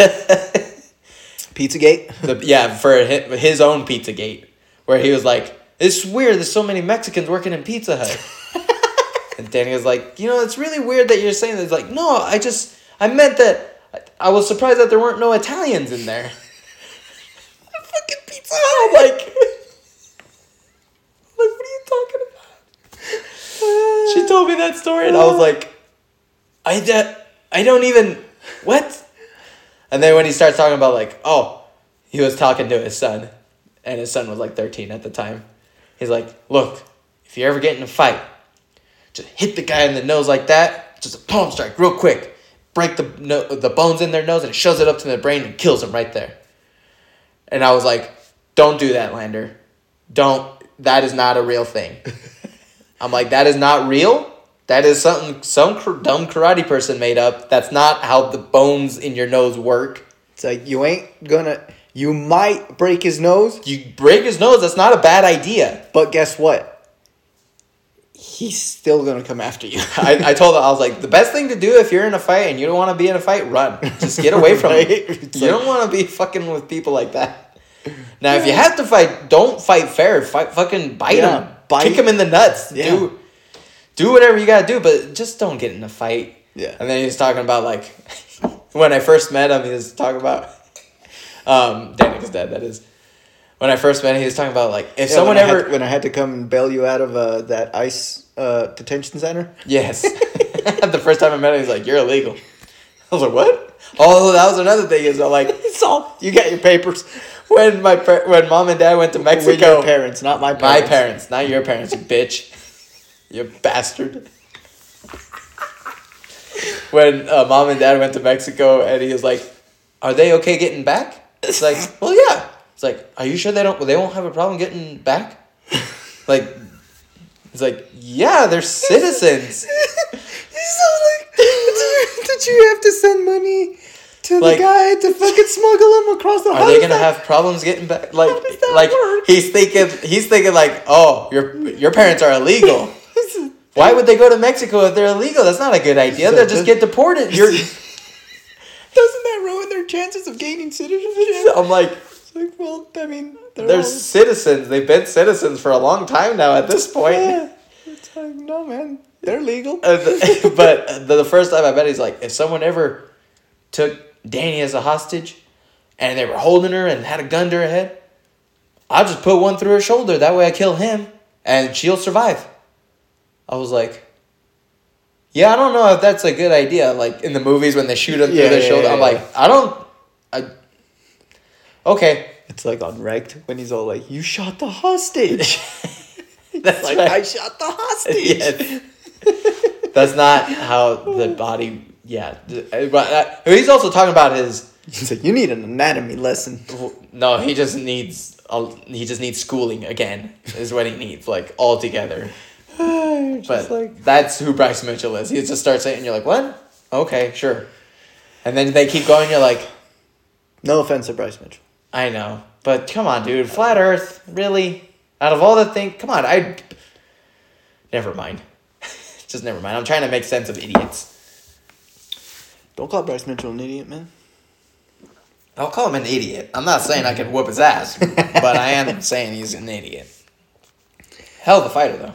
Speaker 1: Pizzagate.
Speaker 2: the, yeah, for hi- his own Pizza Gate, where he was like, "It's weird. There's so many Mexicans working in Pizza Hut." and Danny was like, "You know, it's really weird that you're saying this." Like, no, I just I meant that I- I was surprised that there weren't no Italians in there. Fucking Pizza Hut, I'm like, like what are you talking about? she told me that story, and I was like, I de- I don't even what. And then when he starts talking about like, oh, he was talking to his son, and his son was like thirteen at the time. He's like, look, if you ever get in a fight, just hit the guy in the nose like that, just a palm strike, real quick, break the no- the bones in their nose, and it shoves it up to their brain and kills him right there. And I was like, don't do that, Lander. Don't. That is not a real thing. I'm like, that is not real. That is something some cr- dumb karate person made up. That's not how the bones in your nose work.
Speaker 1: It's like you ain't gonna. You might break his nose,
Speaker 2: You break his nose. That's not a bad idea.
Speaker 1: but guess what? He's still gonna come after you.
Speaker 2: I, I told him I was like, the best thing to do if you're in a fight and you don't want to be in a fight, run. Just get away from
Speaker 1: Right?
Speaker 2: it.
Speaker 1: It's
Speaker 2: you
Speaker 1: like-
Speaker 2: don't want to be fucking with people like that. Now, if you have to fight, don't fight fair. Fight fucking bite
Speaker 1: Yeah,
Speaker 2: him,
Speaker 1: bite.
Speaker 2: kick him in the nuts.
Speaker 1: Yeah.
Speaker 2: Do do whatever you gotta do, but just don't get in a fight.
Speaker 1: Yeah.
Speaker 2: And then he's talking about like when I first met him, he was talking about um, Danik's dad. That is. When I first met him, he was talking about like if
Speaker 1: Yeah,
Speaker 2: someone
Speaker 1: when I
Speaker 2: ever
Speaker 1: had, when I had to come and bail you out of uh, that ICE uh, detention center.
Speaker 2: Yes. the first time I met him, he's like, "You're illegal." I was like, "What?" Oh, that was another thing is uh, like
Speaker 1: It's all you got your papers.
Speaker 2: when my par- when mom and dad went to
Speaker 1: With your
Speaker 2: Mexico,
Speaker 1: parents, not my parents.
Speaker 2: my parents, not your parents, you bitch, you bastard. when uh, mom and dad went to Mexico, and he was like, "Are they okay getting back?" It's like, "Well, yeah." It's like, "Are you sure they don't? They won't have a problem getting back?" Like, it's like, "Yeah, they're citizens."
Speaker 1: He's all like, did you, did you have to send money to
Speaker 2: Like-
Speaker 1: the guy to fucking smuggle him across the?
Speaker 2: Are they gonna have problems getting back? Like,
Speaker 1: does that
Speaker 2: like
Speaker 1: work?
Speaker 2: he's thinking, he's thinking like, oh, your your parents are illegal. Why would they go to Mexico if they're illegal? That's not a good idea.
Speaker 1: So
Speaker 2: They'll
Speaker 1: does-
Speaker 2: just get deported. You're,
Speaker 1: Doesn't that ruin their chances of gaining citizenship?
Speaker 2: I'm like,
Speaker 1: It's like, well, I mean, they're,
Speaker 2: they're
Speaker 1: all-
Speaker 2: citizens. They've been citizens for a long time now. At this point.
Speaker 1: Yeah. It's like, no, man, they're legal.
Speaker 2: Uh, the- but the, the first time I met, he's like, if someone ever took Danny as a hostage, and they were holding her and had a gun to her head, I'll just put one through her shoulder. That way, I kill him, and she'll survive. I was like, yeah, I don't know if that's a good idea. Like in the movies when they shoot him
Speaker 1: Yeah,
Speaker 2: through their
Speaker 1: yeah,
Speaker 2: shoulder,
Speaker 1: yeah,
Speaker 2: I'm
Speaker 1: yeah.
Speaker 2: like, I don't. I, okay,
Speaker 1: It's like on Wrecked when he's all like, "You shot the hostage."
Speaker 2: that's
Speaker 1: like
Speaker 2: right.
Speaker 1: I shot the hostage.
Speaker 2: Yes. That's not how the body. Yeah, th- uh, but uh, he's also talking about his.
Speaker 1: He's like, "You need an anatomy lesson."
Speaker 2: No, he just needs. A, he just needs schooling again. Is what he needs, like altogether. But
Speaker 1: Just like
Speaker 2: that's who Bryce Mitchell is. He just starts saying, and "You're like what? Okay, sure." And then they keep going. You're like,
Speaker 1: no offense to Bryce Mitchell.
Speaker 2: I know, but come on, dude. Flat Earth, really? Out of all the things, come on. I. Never mind. just never mind. I'm trying to make sense of idiots.
Speaker 1: Don't call Bryce Mitchell an idiot, man.
Speaker 2: I'll call him an idiot. I'm not saying I could whoop his ass, but I am saying he's an idiot. Hell of a fighter, though.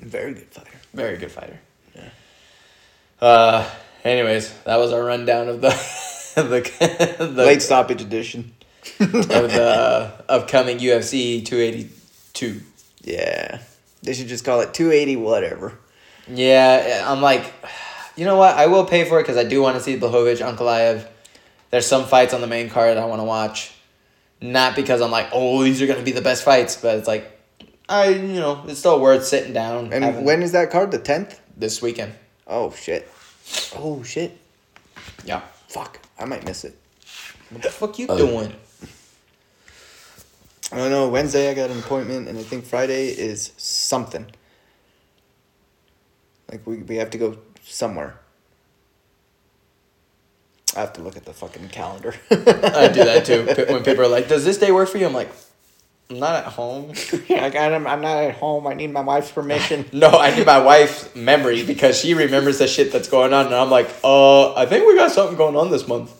Speaker 1: Very good fighter.
Speaker 2: Very good fighter. Uh, anyways, that was our rundown of the the the,
Speaker 1: Late stoppage edition.
Speaker 2: of the uh, upcoming UFC 282.
Speaker 1: Yeah, they should just call it two eighty whatever.
Speaker 2: Yeah, I'm like, you know what? I will pay for it because I do want to see Blahovic, Ankalaev. There's some fights on the main card I want to watch. Not because I'm like, oh, these are going to be the best fights, but it's like, I, you know, it's still worth sitting down.
Speaker 1: And
Speaker 2: having-
Speaker 1: when is that card? The tenth.
Speaker 2: This weekend.
Speaker 1: Oh shit. Oh shit.
Speaker 2: Yeah.
Speaker 1: Fuck. I might miss it.
Speaker 2: What the fuck you doing?
Speaker 1: I don't know. Wednesday I got an appointment, and I think Friday is something. Like we we have to go somewhere. I have to look at the fucking calendar.
Speaker 2: I do that too. P- When people are like, does this day work for you? I'm like, I'm not at home.
Speaker 1: like I'm, I'm not at home. I need my wife's permission.
Speaker 2: No, I need my wife's memory because she remembers the shit that's going on. And I'm like, uh, I think we got something going on this month.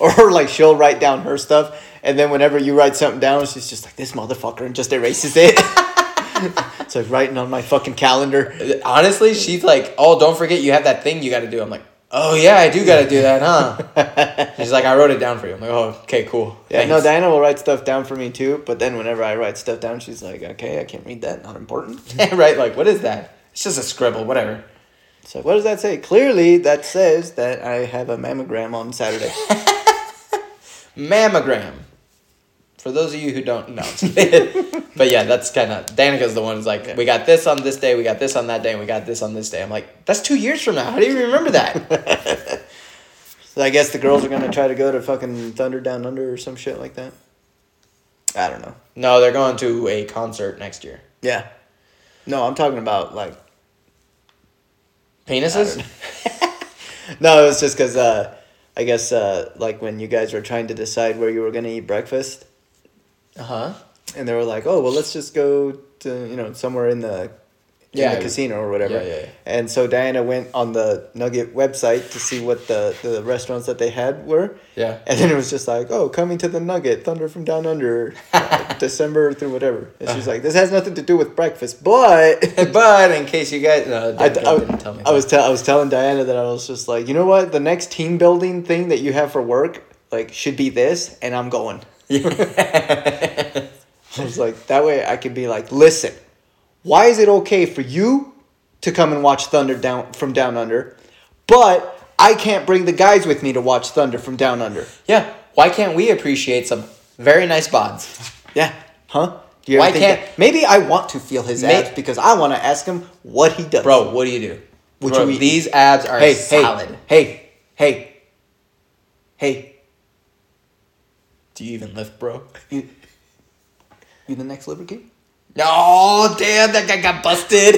Speaker 1: or like she'll write down her stuff, and then whenever you write something down, she's just like this motherfucker and just erases it. it's like writing on my fucking calendar.
Speaker 2: Honestly, she's like, "Oh, don't forget you have that thing you got to do." I'm like, "Oh yeah, I do got to do that, huh?" she's like, "I wrote it down for you." I'm like, "Oh, okay, cool."
Speaker 1: Yeah, no,
Speaker 2: thanks."
Speaker 1: Diana will write stuff down for me too, but then whenever I write stuff down, she's like, okay, I can't read that, not important.
Speaker 2: right? Like, what is that? It's just a scribble, whatever.
Speaker 1: So what does that say? Clearly, that says that I have a mammogram on Saturday.
Speaker 2: Mammogram. For those of you who don't know, but yeah, that's kind of Danica's the one who's like, "We got this on this day, we got this on that day, and we got this on this day." I'm like, "That's two years from now. How do you remember that?"
Speaker 1: so I guess the girls are gonna try to go to fucking Thunder Down Under or some shit like that. I don't know.
Speaker 2: no, they're going to a concert next year.
Speaker 1: Yeah. No, I'm talking about like.
Speaker 2: Penises.
Speaker 1: No, it was just because uh, I guess uh, like when you guys were trying to decide where you were gonna eat breakfast,
Speaker 2: Uh huh.
Speaker 1: and they were like, "Oh, well, let's just go to you know somewhere in the in
Speaker 2: Yeah.
Speaker 1: the casino or whatever.
Speaker 2: Yeah, yeah, yeah.
Speaker 1: And so Diana went on the Nugget website to see what the, the restaurants that they had were.
Speaker 2: Yeah.
Speaker 1: And then it was just like, oh, coming to the Nugget, Thunder from Down Under, uh, December through whatever. And she's like, this has nothing to do with breakfast, but.
Speaker 2: Uh-huh. but in case you guys, no,
Speaker 1: I,
Speaker 2: Dave
Speaker 1: I-
Speaker 2: didn't tell me.
Speaker 1: I was tell I was telling Diana that I was just like, you know what, the next team building thing that you have for work like should be this, and I'm going.
Speaker 2: that.
Speaker 1: I was like, that way I could be like, listen, why is it okay for you to come and watch Thunder down from down under, but I can't bring the guys with me to watch Thunder from down under?
Speaker 2: yeah. Why can't we appreciate some very nice bods?
Speaker 1: Yeah, huh? Do you ever
Speaker 2: Why
Speaker 1: think
Speaker 2: can't-
Speaker 1: that- maybe I want to feel his
Speaker 2: May-
Speaker 1: abs because I want to ask him what he does,
Speaker 2: Bro, what do you do?
Speaker 1: Would
Speaker 2: Bro,
Speaker 1: you eat-
Speaker 2: these abs are
Speaker 1: Hey,
Speaker 2: solid.
Speaker 1: hey, hey, hey, hey.
Speaker 2: Do you even lift, bro?
Speaker 1: You, you the next Liver King?
Speaker 2: No, Oh, damn, that guy got busted.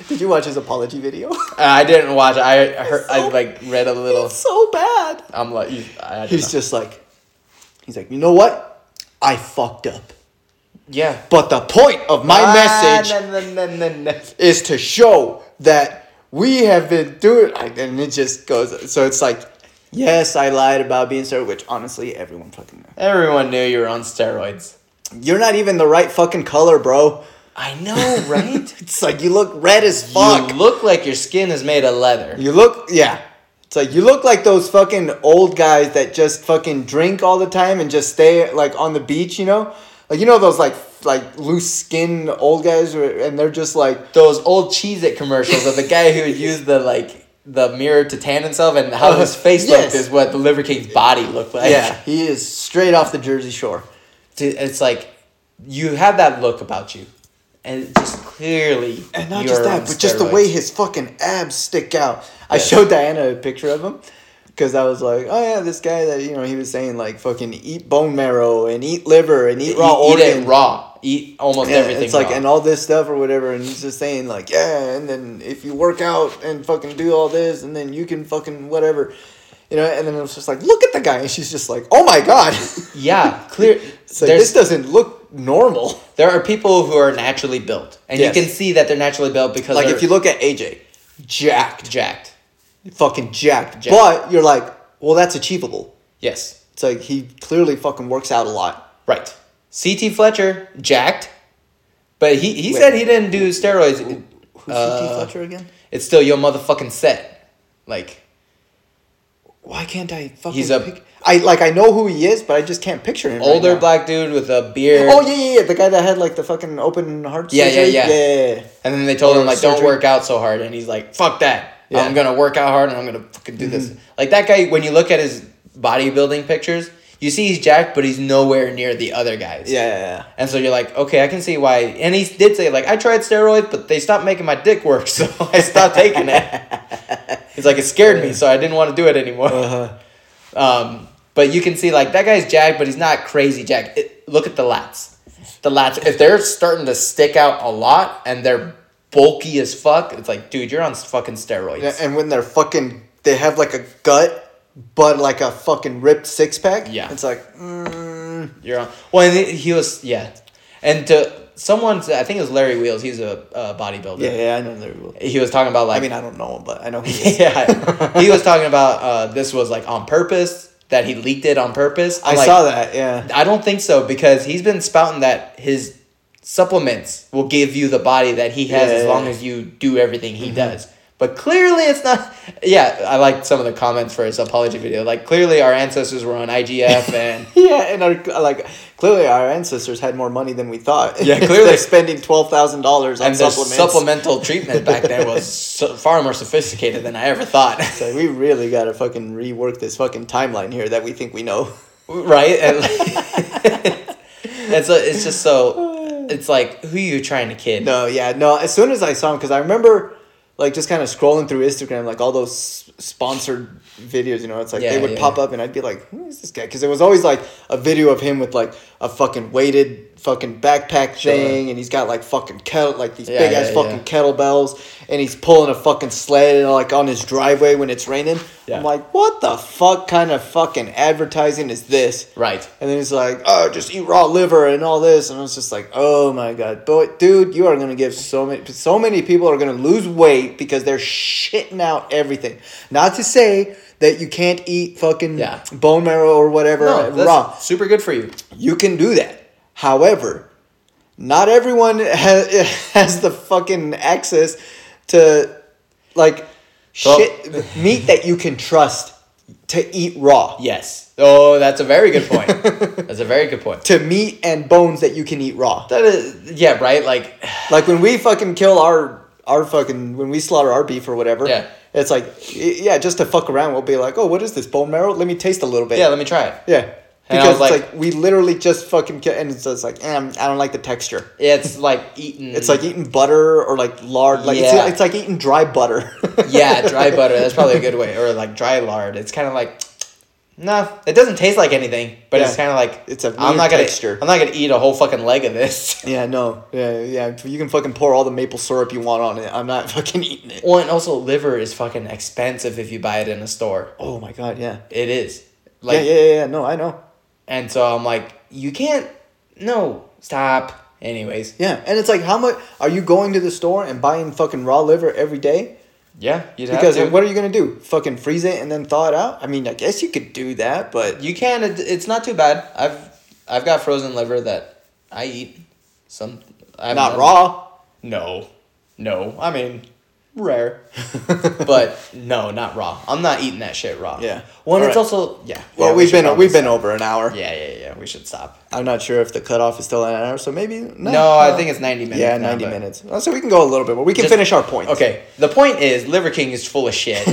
Speaker 1: Did you watch his apology video?
Speaker 2: I didn't watch. I heard. I
Speaker 1: so-
Speaker 2: like read a little.
Speaker 1: it's so bad.
Speaker 2: I'm like, you- I, I don't
Speaker 1: He's
Speaker 2: know.
Speaker 1: just like, he's like, you know what? I fucked up.
Speaker 2: yeah. Ah,
Speaker 1: But the point of my message is to show that we have been doing, like, and it just goes. So it's like, yes, I lied about being steroid, which honestly, everyone fucking knows.
Speaker 2: Everyone knew you were on steroids.
Speaker 1: You're not even the right fucking color, bro.
Speaker 2: I know, right?
Speaker 1: It's like you look red as fuck.
Speaker 2: You look like your skin is made of leather.
Speaker 1: You look, yeah. It's like you look like those fucking old guys that just fucking drink all the time and just stay like on the beach, you know? Like you know those like f- like loose skin old guys, who- and they're just like,
Speaker 2: Those old Cheez It commercials of the guy who would use the like the mirror to tan himself and how his face
Speaker 1: Yes.
Speaker 2: looked is what the Liver King's body looked like.
Speaker 1: yeah, he is straight off the Jersey Shore.
Speaker 2: Dude, It's like you have that look about you. And it's just clearly
Speaker 1: And not
Speaker 2: you
Speaker 1: just
Speaker 2: are
Speaker 1: that,
Speaker 2: on
Speaker 1: but just the way
Speaker 2: steroids.
Speaker 1: his fucking abs stick out. I
Speaker 2: Yeah.
Speaker 1: showed Diana a picture of him because I was like, oh yeah, this guy that you know he was saying like fucking eat bone marrow and eat liver and eat raw
Speaker 2: eat, eat
Speaker 1: organ.
Speaker 2: it raw. Eat almost
Speaker 1: Yeah,
Speaker 2: everything.
Speaker 1: It's like
Speaker 2: raw.
Speaker 1: and all this stuff or whatever, and he's just saying like, yeah, and then if you work out and fucking do all this, and then you can fucking whatever, you know. And then it was just like, look at the guy, and she's just like, oh my god, it's
Speaker 2: yeah, clear.
Speaker 1: like
Speaker 2: there's
Speaker 1: this doesn't look normal.
Speaker 2: there are people who are naturally built, and
Speaker 1: Yes.
Speaker 2: you can see that they're naturally built because
Speaker 1: Like
Speaker 2: they're
Speaker 1: if you look at AJ, jacked,
Speaker 2: jacked.
Speaker 1: fucking jacked,
Speaker 2: Jacked.
Speaker 1: but you're like, well, that's achievable.
Speaker 2: Yes,
Speaker 1: It's like he clearly fucking works out a lot.
Speaker 2: right. CT Fletcher jacked, but he he said he didn't do steroids.
Speaker 1: Who's
Speaker 2: Uh,
Speaker 1: CT Fletcher again?
Speaker 2: It's still your motherfucking set. Like
Speaker 1: Why can't I fucking?
Speaker 2: he's a
Speaker 1: pic- I like I know who he is, but I just can't picture him. right
Speaker 2: older
Speaker 1: now.
Speaker 2: black dude with a beard.
Speaker 1: Oh yeah, yeah, yeah. The guy that had like the fucking open heart
Speaker 2: Yeah, yeah,
Speaker 1: surgery.
Speaker 2: yeah.
Speaker 1: yeah, yeah.
Speaker 2: And then they told him like,
Speaker 1: surgery.
Speaker 2: "Don't work out so hard," and he's like, "Fuck that!
Speaker 1: Yeah. Mm-hmm.
Speaker 2: I'm gonna work out hard and I'm gonna fucking do this." Like that guy, when you look at his bodybuilding pictures, you see he's jacked, but he's nowhere near the other guys.
Speaker 1: Yeah, yeah,
Speaker 2: And so you're like, okay, I can see why. And he did say like, I tried steroids, but they stopped making my dick work, so I stopped taking it. He's like, it scared me, so I didn't want to do it anymore.
Speaker 1: yeah. Uh-huh.
Speaker 2: Um, but you can see like that guy's jacked, but he's not crazy jacked. It, look at the lats. The lats, if they're starting to stick out a lot and they're bulky as fuck, it's like, dude, you're on fucking steroids.
Speaker 1: Yeah, And when they're fucking, they have like a gut, but like a fucking ripped six pack.
Speaker 2: Yeah.
Speaker 1: it's like, mm,
Speaker 2: You're on. Well, and he was yeah, and to someone, I think it was Larry Wheels. He's a, uh bodybuilder.
Speaker 1: yeah, yeah. I know they're. real.
Speaker 2: He was talking about like
Speaker 1: I mean, I don't know him, but I know who he is.
Speaker 2: yeah, he was talking about uh, this was like on purpose that he leaked it on purpose.
Speaker 1: I
Speaker 2: I'm like,
Speaker 1: saw that. Yeah.
Speaker 2: I don't think so because he's been spouting that his supplements will give you the body that he has as
Speaker 1: Yeah. Mm-hmm.
Speaker 2: long as you do everything he does. But clearly, it's not. Yeah, I liked some of the comments for his apology video. Like clearly, our ancestors were on IGF and.
Speaker 1: Yeah, and our like clearly our ancestors had more money than we thought.
Speaker 2: Yeah,
Speaker 1: They're
Speaker 2: clearly.
Speaker 1: spending twelve thousand dollars on
Speaker 2: And the
Speaker 1: supplements.
Speaker 2: supplemental treatment back then was so, far more sophisticated than I ever thought.
Speaker 1: So we really gotta fucking rework this fucking timeline here that we think we know.
Speaker 2: right and it's, a, it's just so it's like who you trying to kid
Speaker 1: No, yeah, no. As soon as I saw him, because I remember, like, just kind of scrolling through Instagram, like all those s- sponsored videos. You know, it's like they
Speaker 2: Yeah,
Speaker 1: would
Speaker 2: yeah,
Speaker 1: pop
Speaker 2: yeah.
Speaker 1: up, and I'd be like, "Who is this guy?" Because it was always like a video of him with like a fucking weighted fucking backpack thing, and he's got like fucking kettle, like these
Speaker 2: Yeah,
Speaker 1: big ass
Speaker 2: yeah,
Speaker 1: fucking kettlebells, and he's pulling a fucking sled like on his driveway when it's raining.
Speaker 2: Yeah.
Speaker 1: I'm like, what the fuck kind of fucking advertising is this?
Speaker 2: Right.
Speaker 1: And then he's like, oh, just eat raw liver and all this, and I was just like, oh my god, but dude, you are gonna give so many, so many people are gonna lose weight because they're shitting out everything. Not to say that you can't eat fucking
Speaker 2: Yeah.
Speaker 1: bone marrow or whatever
Speaker 2: No, that's
Speaker 1: raw.
Speaker 2: super good for you.
Speaker 1: You can do that. However, not everyone has, has the fucking access to like
Speaker 2: So-
Speaker 1: shit meat that you can trust to eat raw.
Speaker 2: Yes. Oh, that's a very good point. that's a very good point.
Speaker 1: To meat and bones that you can eat raw.
Speaker 2: That is, yeah, right? Like,
Speaker 1: Like when we fucking kill our our fucking when we slaughter our beef or whatever.
Speaker 2: Yeah.
Speaker 1: It's like y- yeah, just to fuck around, we'll be like, oh, what is this bone marrow? Let me taste a little bit.
Speaker 2: yeah, let me try it.
Speaker 1: yeah.
Speaker 2: And I
Speaker 1: Because
Speaker 2: was
Speaker 1: it's
Speaker 2: like-
Speaker 1: like we literally just fucking kill, and it's just like, eh, I'm- I don't like the texture.
Speaker 2: It's like eating.
Speaker 1: It's like eating butter or like lard. Like
Speaker 2: Yeah.
Speaker 1: it's, it's like eating dry butter.
Speaker 2: yeah, dry butter. That's probably a good way. Or like dry lard. It's kind of like, no, it doesn't taste like anything. But it's
Speaker 1: Yeah.
Speaker 2: kind of like
Speaker 1: It's a
Speaker 2: I'm
Speaker 1: weird
Speaker 2: not gonna.
Speaker 1: texture.
Speaker 2: I'm not gonna eat a whole fucking leg of this.
Speaker 1: yeah, no. Yeah, yeah. You can fucking pour all the maple syrup you want on it. I'm not fucking eating it.
Speaker 2: Well, and also liver is fucking expensive if you buy it in a store.
Speaker 1: Oh my god, yeah.
Speaker 2: It is. Like,
Speaker 1: yeah, yeah, yeah, yeah. No, I know.
Speaker 2: and so I'm like, you can't. No, stop. Anyways,
Speaker 1: Yeah, and it's like, how much are you going to the store and buying fucking raw liver every day?
Speaker 2: yeah, you'd have
Speaker 1: Because
Speaker 2: to.
Speaker 1: what are you gonna do? Fucking freeze it and then thaw it out? I mean, I guess you could do that, but
Speaker 2: You can. It, it's not too bad. I've I've got frozen liver that I eat. Some I haven't
Speaker 1: not
Speaker 2: done-
Speaker 1: raw.
Speaker 2: No, no. I mean, rare, but no, not raw. I'm not eating that shit raw.
Speaker 1: Yeah.
Speaker 2: Well, and
Speaker 1: All
Speaker 2: it's
Speaker 1: right.
Speaker 2: also yeah.
Speaker 1: Well,
Speaker 2: yeah, we
Speaker 1: we've
Speaker 2: should
Speaker 1: been
Speaker 2: probably
Speaker 1: we've been
Speaker 2: stop.
Speaker 1: over an hour.
Speaker 2: Yeah, yeah, yeah. We should stop.
Speaker 1: I'm not sure if the cutoff is still an hour, so maybe
Speaker 2: No, I think it's ninety minutes.
Speaker 1: yeah,
Speaker 2: now,
Speaker 1: 90
Speaker 2: but-
Speaker 1: minutes. Oh, So we can go a little bit, but we can
Speaker 2: Just-
Speaker 1: finish our point.
Speaker 2: Okay. The point is, Liver King is full of shit.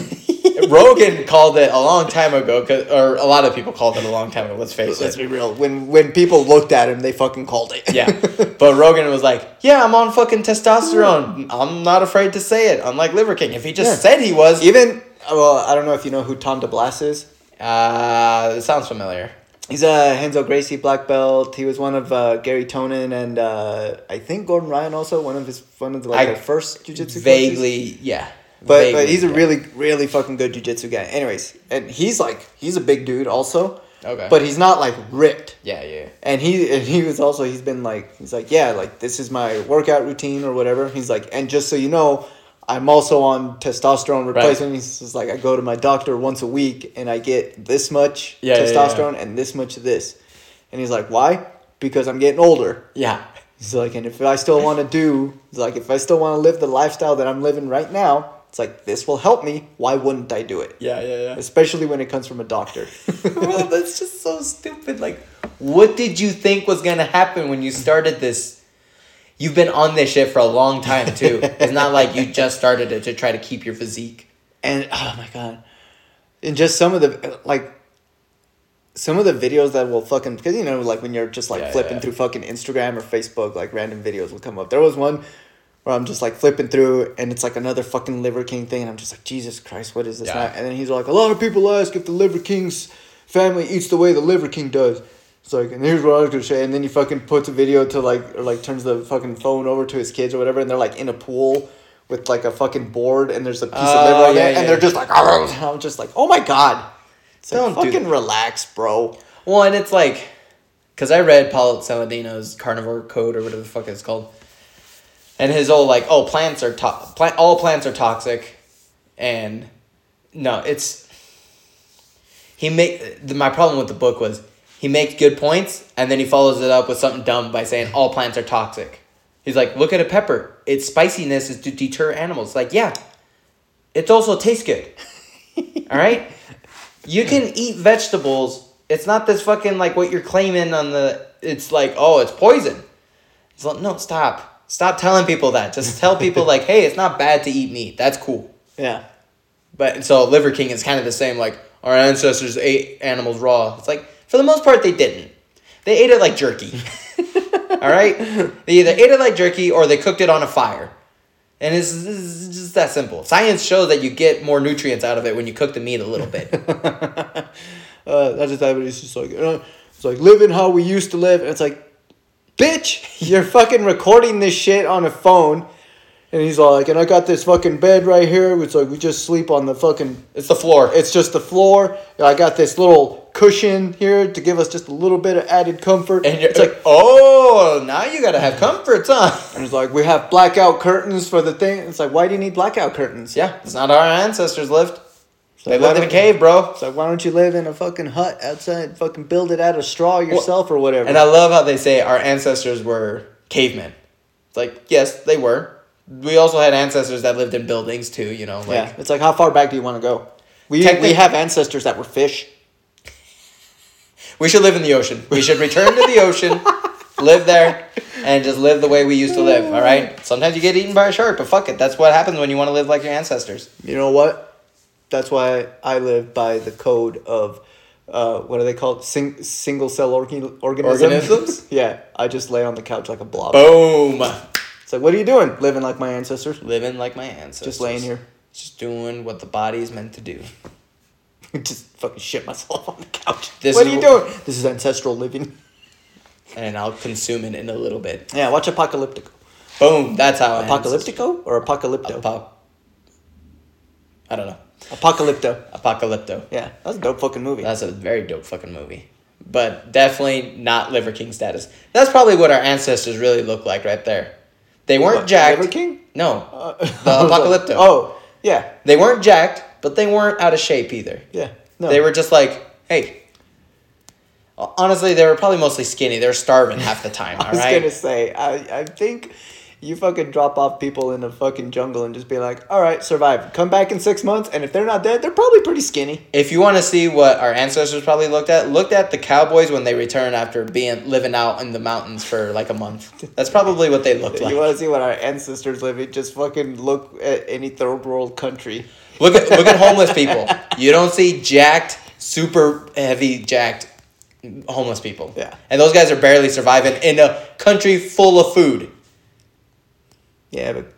Speaker 2: Rogan called it a long time ago, 'cause- or a lot of people called it a long time ago. Let's face it.
Speaker 1: Let's be real. When when people looked at him, they fucking called it.
Speaker 2: Yeah. But Rogan was like, yeah, I'm on fucking testosterone. I'm not afraid to say it. Unlike Liver King. If he just
Speaker 1: Yeah.
Speaker 2: said he was,
Speaker 1: Even well, I don't know if you know who Tom DeBlas is.
Speaker 2: uh, it sounds familiar.
Speaker 1: He's a Henzo Gracie black belt. He was one of uh, Gary Tonin and uh, I think Gordon Ryan also one of his one of the, like
Speaker 2: I-
Speaker 1: the first jujitsu. coaches.
Speaker 2: Vaguely, yeah.
Speaker 1: but
Speaker 2: Vaguely,
Speaker 1: but he's a
Speaker 2: yeah.
Speaker 1: really really fucking good jujitsu guy. Anyways, and he's like he's a big dude also.
Speaker 2: Okay.
Speaker 1: But he's not like ripped.
Speaker 2: Yeah, yeah.
Speaker 1: And he and he was also he's been like he's like yeah like this is my workout routine or whatever. He's like and just so you know, I'm also on testosterone replacement. He's just like I go to my doctor once a week and I get this much
Speaker 2: Yeah, yeah, yeah.
Speaker 1: testosterone and this much of this. And he's like why? Because I'm getting older.
Speaker 2: Yeah.
Speaker 1: He's like and if I still want to do he's like if I still want to live the lifestyle that I'm living right now, it's like this will help me. Why wouldn't I do it?
Speaker 2: Yeah, yeah, yeah.
Speaker 1: Especially when it comes from a doctor.
Speaker 2: well, that's just so stupid. Like, what did you think was gonna happen when you started this? You've been on this shit for a long time too. it's not like you just started it to try to keep your physique.
Speaker 1: and oh my god and just some of the like some of the videos that will fucking because you know like when you're just like
Speaker 2: Yeah, yeah,
Speaker 1: flipping
Speaker 2: yeah.
Speaker 1: through fucking instagram or facebook like random videos will come up there was one where i'm just like flipping through and it's like another fucking liver king thing and i'm just like jesus christ what is this
Speaker 2: Yeah.
Speaker 1: now? and then he's like a lot of people ask if the liver king's family eats the way the liver king does it's like and here's what i was gonna say and then he fucking puts a video to like or like turns the fucking phone over to his kids or whatever and they're like in a pool with like a fucking board and there's a piece of
Speaker 2: Oh,
Speaker 1: liver on
Speaker 2: yeah,
Speaker 1: there
Speaker 2: yeah,
Speaker 1: and they're
Speaker 2: yeah.
Speaker 1: just like "Argh," and I'm just like, oh my god. It's like,
Speaker 2: Don't do
Speaker 1: fucking
Speaker 2: that.
Speaker 1: relax, bro.
Speaker 2: Well, and it's like, because I read Paulo Saladino's Carnivore Code or whatever the fuck it's called, and his old like, oh, plants are to- plant all plants are toxic, and no, it's he make the, my problem with the book was he makes good points and then he follows it up with something dumb by saying all plants are toxic. He's like, look at a pepper. Its spiciness is to deter animals. Like, yeah, it also tastes good. All right? You can eat vegetables. It's not this fucking like what you're claiming on the. It's like oh, it's poison. It's like no, stop, stop telling people that. Just tell people like, hey, it's not bad to eat meat. That's cool.
Speaker 1: Yeah.
Speaker 2: But so Liver King is kind of the same. Like our ancestors ate animals raw. It's like for the most part they didn't. They ate it like jerky. All right, they either ate it like jerky or they cooked it on a fire. And it's, it's just that simple. Science shows that you get more nutrients out of it when you cook the meat a little bit.
Speaker 1: Uh, that's just that. It's just like, uh, it's like living how we used to live. And it's like, bitch, you're fucking recording this shit on a phone. And he's like, and I got this fucking bed right here. It's like we just sleep on the fucking.
Speaker 2: It's the floor.
Speaker 1: It's just the floor. And I got this little cushion here to give us just a little bit of added comfort.
Speaker 2: and you're,
Speaker 1: it's like,
Speaker 2: oh, now you gotta have comforts, huh?
Speaker 1: and it's like we have blackout curtains for the thing. It's like, why do you need blackout curtains?
Speaker 2: Yeah, it's not how our ancestors lived. They
Speaker 1: why
Speaker 2: lived in a
Speaker 1: don't-
Speaker 2: cave, bro.
Speaker 1: It's like, why don't you live in a fucking hut outside? Fucking build it out of straw yourself or whatever.
Speaker 2: And I love how they say our ancestors were cavemen. It's like, yes, they were. We also had ancestors that lived in buildings too, you know, like
Speaker 1: yeah, it's like, how far back do you want to go? We, we
Speaker 2: Technic-
Speaker 1: have ancestors that were fish.
Speaker 2: we should live in the ocean. We should return to the ocean, live there, and just live the way we used to live, all right? Sometimes you get eaten by a shark, but fuck it. That's what happens when you want to live like your ancestors.
Speaker 1: You know what? That's why I live by the code of uh, what are they called? Sing- single cell organ- organism?
Speaker 2: Organisms?
Speaker 1: yeah, I just lay on the couch like a blob.
Speaker 2: Boom.
Speaker 1: It's like, what are you doing? Living like my ancestors?
Speaker 2: Living like my ancestors.
Speaker 1: Just laying here.
Speaker 2: Just doing what the body's meant to do.
Speaker 1: just fucking shit myself on the couch.
Speaker 2: This
Speaker 1: what are
Speaker 2: is
Speaker 1: you
Speaker 2: wh-
Speaker 1: doing? This is ancestral living.
Speaker 2: And I'll consume it in a little bit.
Speaker 1: Yeah, watch Apocalyptico.
Speaker 2: Boom. That's how I
Speaker 1: Apocalyptico or Apocalypto?
Speaker 2: Pop. I don't know.
Speaker 1: Apocalypto.
Speaker 2: Apocalypto.
Speaker 1: Yeah, that's a dope fucking movie.
Speaker 2: That's a very dope fucking movie. But definitely not Liver King status. That's probably what our ancestors really looked like right there. They weren't
Speaker 1: What,
Speaker 2: jacked.
Speaker 1: Liver King?
Speaker 2: No.
Speaker 1: Uh,
Speaker 2: the Apocalypto.
Speaker 1: Oh, yeah,
Speaker 2: They weren't jacked, but they weren't out of shape either.
Speaker 1: yeah. No.
Speaker 2: They were just like, hey. Honestly, they were probably mostly skinny. They were starving half the time, all
Speaker 1: I was
Speaker 2: right?
Speaker 1: gonna say, I, I think you fucking drop off people in the fucking jungle and just be like, all right, survive. Come back in six months, and if they're not dead, they're probably pretty skinny.
Speaker 2: If you want to see what our ancestors probably looked at, looked at the cowboys when they returned after being living out in the mountains for like a month. That's probably what they looked like.
Speaker 1: You want to see what our ancestors live in? Just fucking look at any third world country.
Speaker 2: Look at look at homeless people. You don't see jacked, super heavy jacked homeless people.
Speaker 1: Yeah.
Speaker 2: And those guys are barely surviving in a country full of food.
Speaker 1: Yeah, but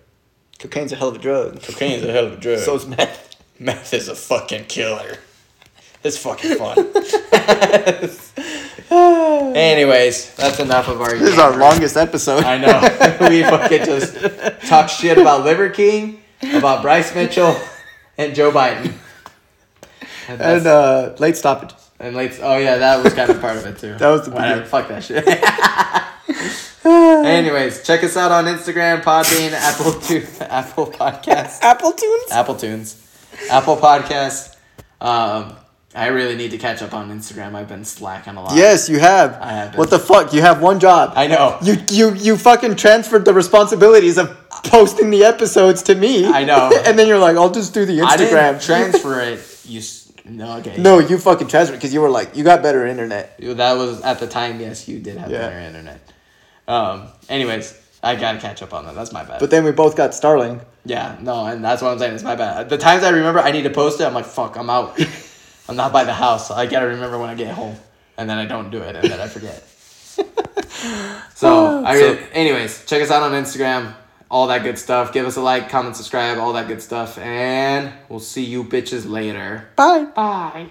Speaker 1: cocaine's a hell of a drug.
Speaker 2: Cocaine is a hell of a drug.
Speaker 1: So
Speaker 2: So
Speaker 1: is meth.
Speaker 2: meth is a fucking killer. It's fucking fun. Anyways, that's enough of our.
Speaker 1: This is our longest episode.
Speaker 2: I know. we fucking just talk shit about Liver King, about Bryce Mitchell, and Joe Biden. And that's-
Speaker 1: And uh, late stoppages.
Speaker 2: And like, oh yeah, that was kind of part of it too.
Speaker 1: That was the
Speaker 2: Whatever,
Speaker 1: beginning.
Speaker 2: fuck that shit. Anyways, check us out on Instagram, Podbean, Apple Tu- Apple Podcasts,
Speaker 1: Apple tunes?
Speaker 2: Apple Tunes, Apple Podcasts. Um, I really need to catch up on Instagram. I've been slacking a lot.
Speaker 1: Yes, you have.
Speaker 2: I have been.
Speaker 1: What the fuck? You have one job.
Speaker 2: I know.
Speaker 1: You you you fucking transferred the responsibilities of posting the episodes to me.
Speaker 2: I know.
Speaker 1: and then you're like, I'll just do the Instagram.
Speaker 2: I didn't transfer it. You s- no okay.
Speaker 1: no, you fucking transferred because you were like, you got better internet.
Speaker 2: that was at the time. Yes, you did have
Speaker 1: Yeah.
Speaker 2: better internet. Um. Anyways, I gotta catch up on that. That's my bad.
Speaker 1: But then we both got Starlink.
Speaker 2: Yeah, no, and that's what I'm saying. It's my bad. The times I remember I need to post it, I'm like, fuck, I'm out. I'm not by the house. I gotta remember when I get home, and then I don't do it, and then I forget.
Speaker 1: Oh,
Speaker 2: so, I really, anyways, check us out on Instagram, all that good stuff. Give us a like, comment, subscribe, all that good stuff, and we'll see you bitches later.
Speaker 1: Bye.
Speaker 4: Bye.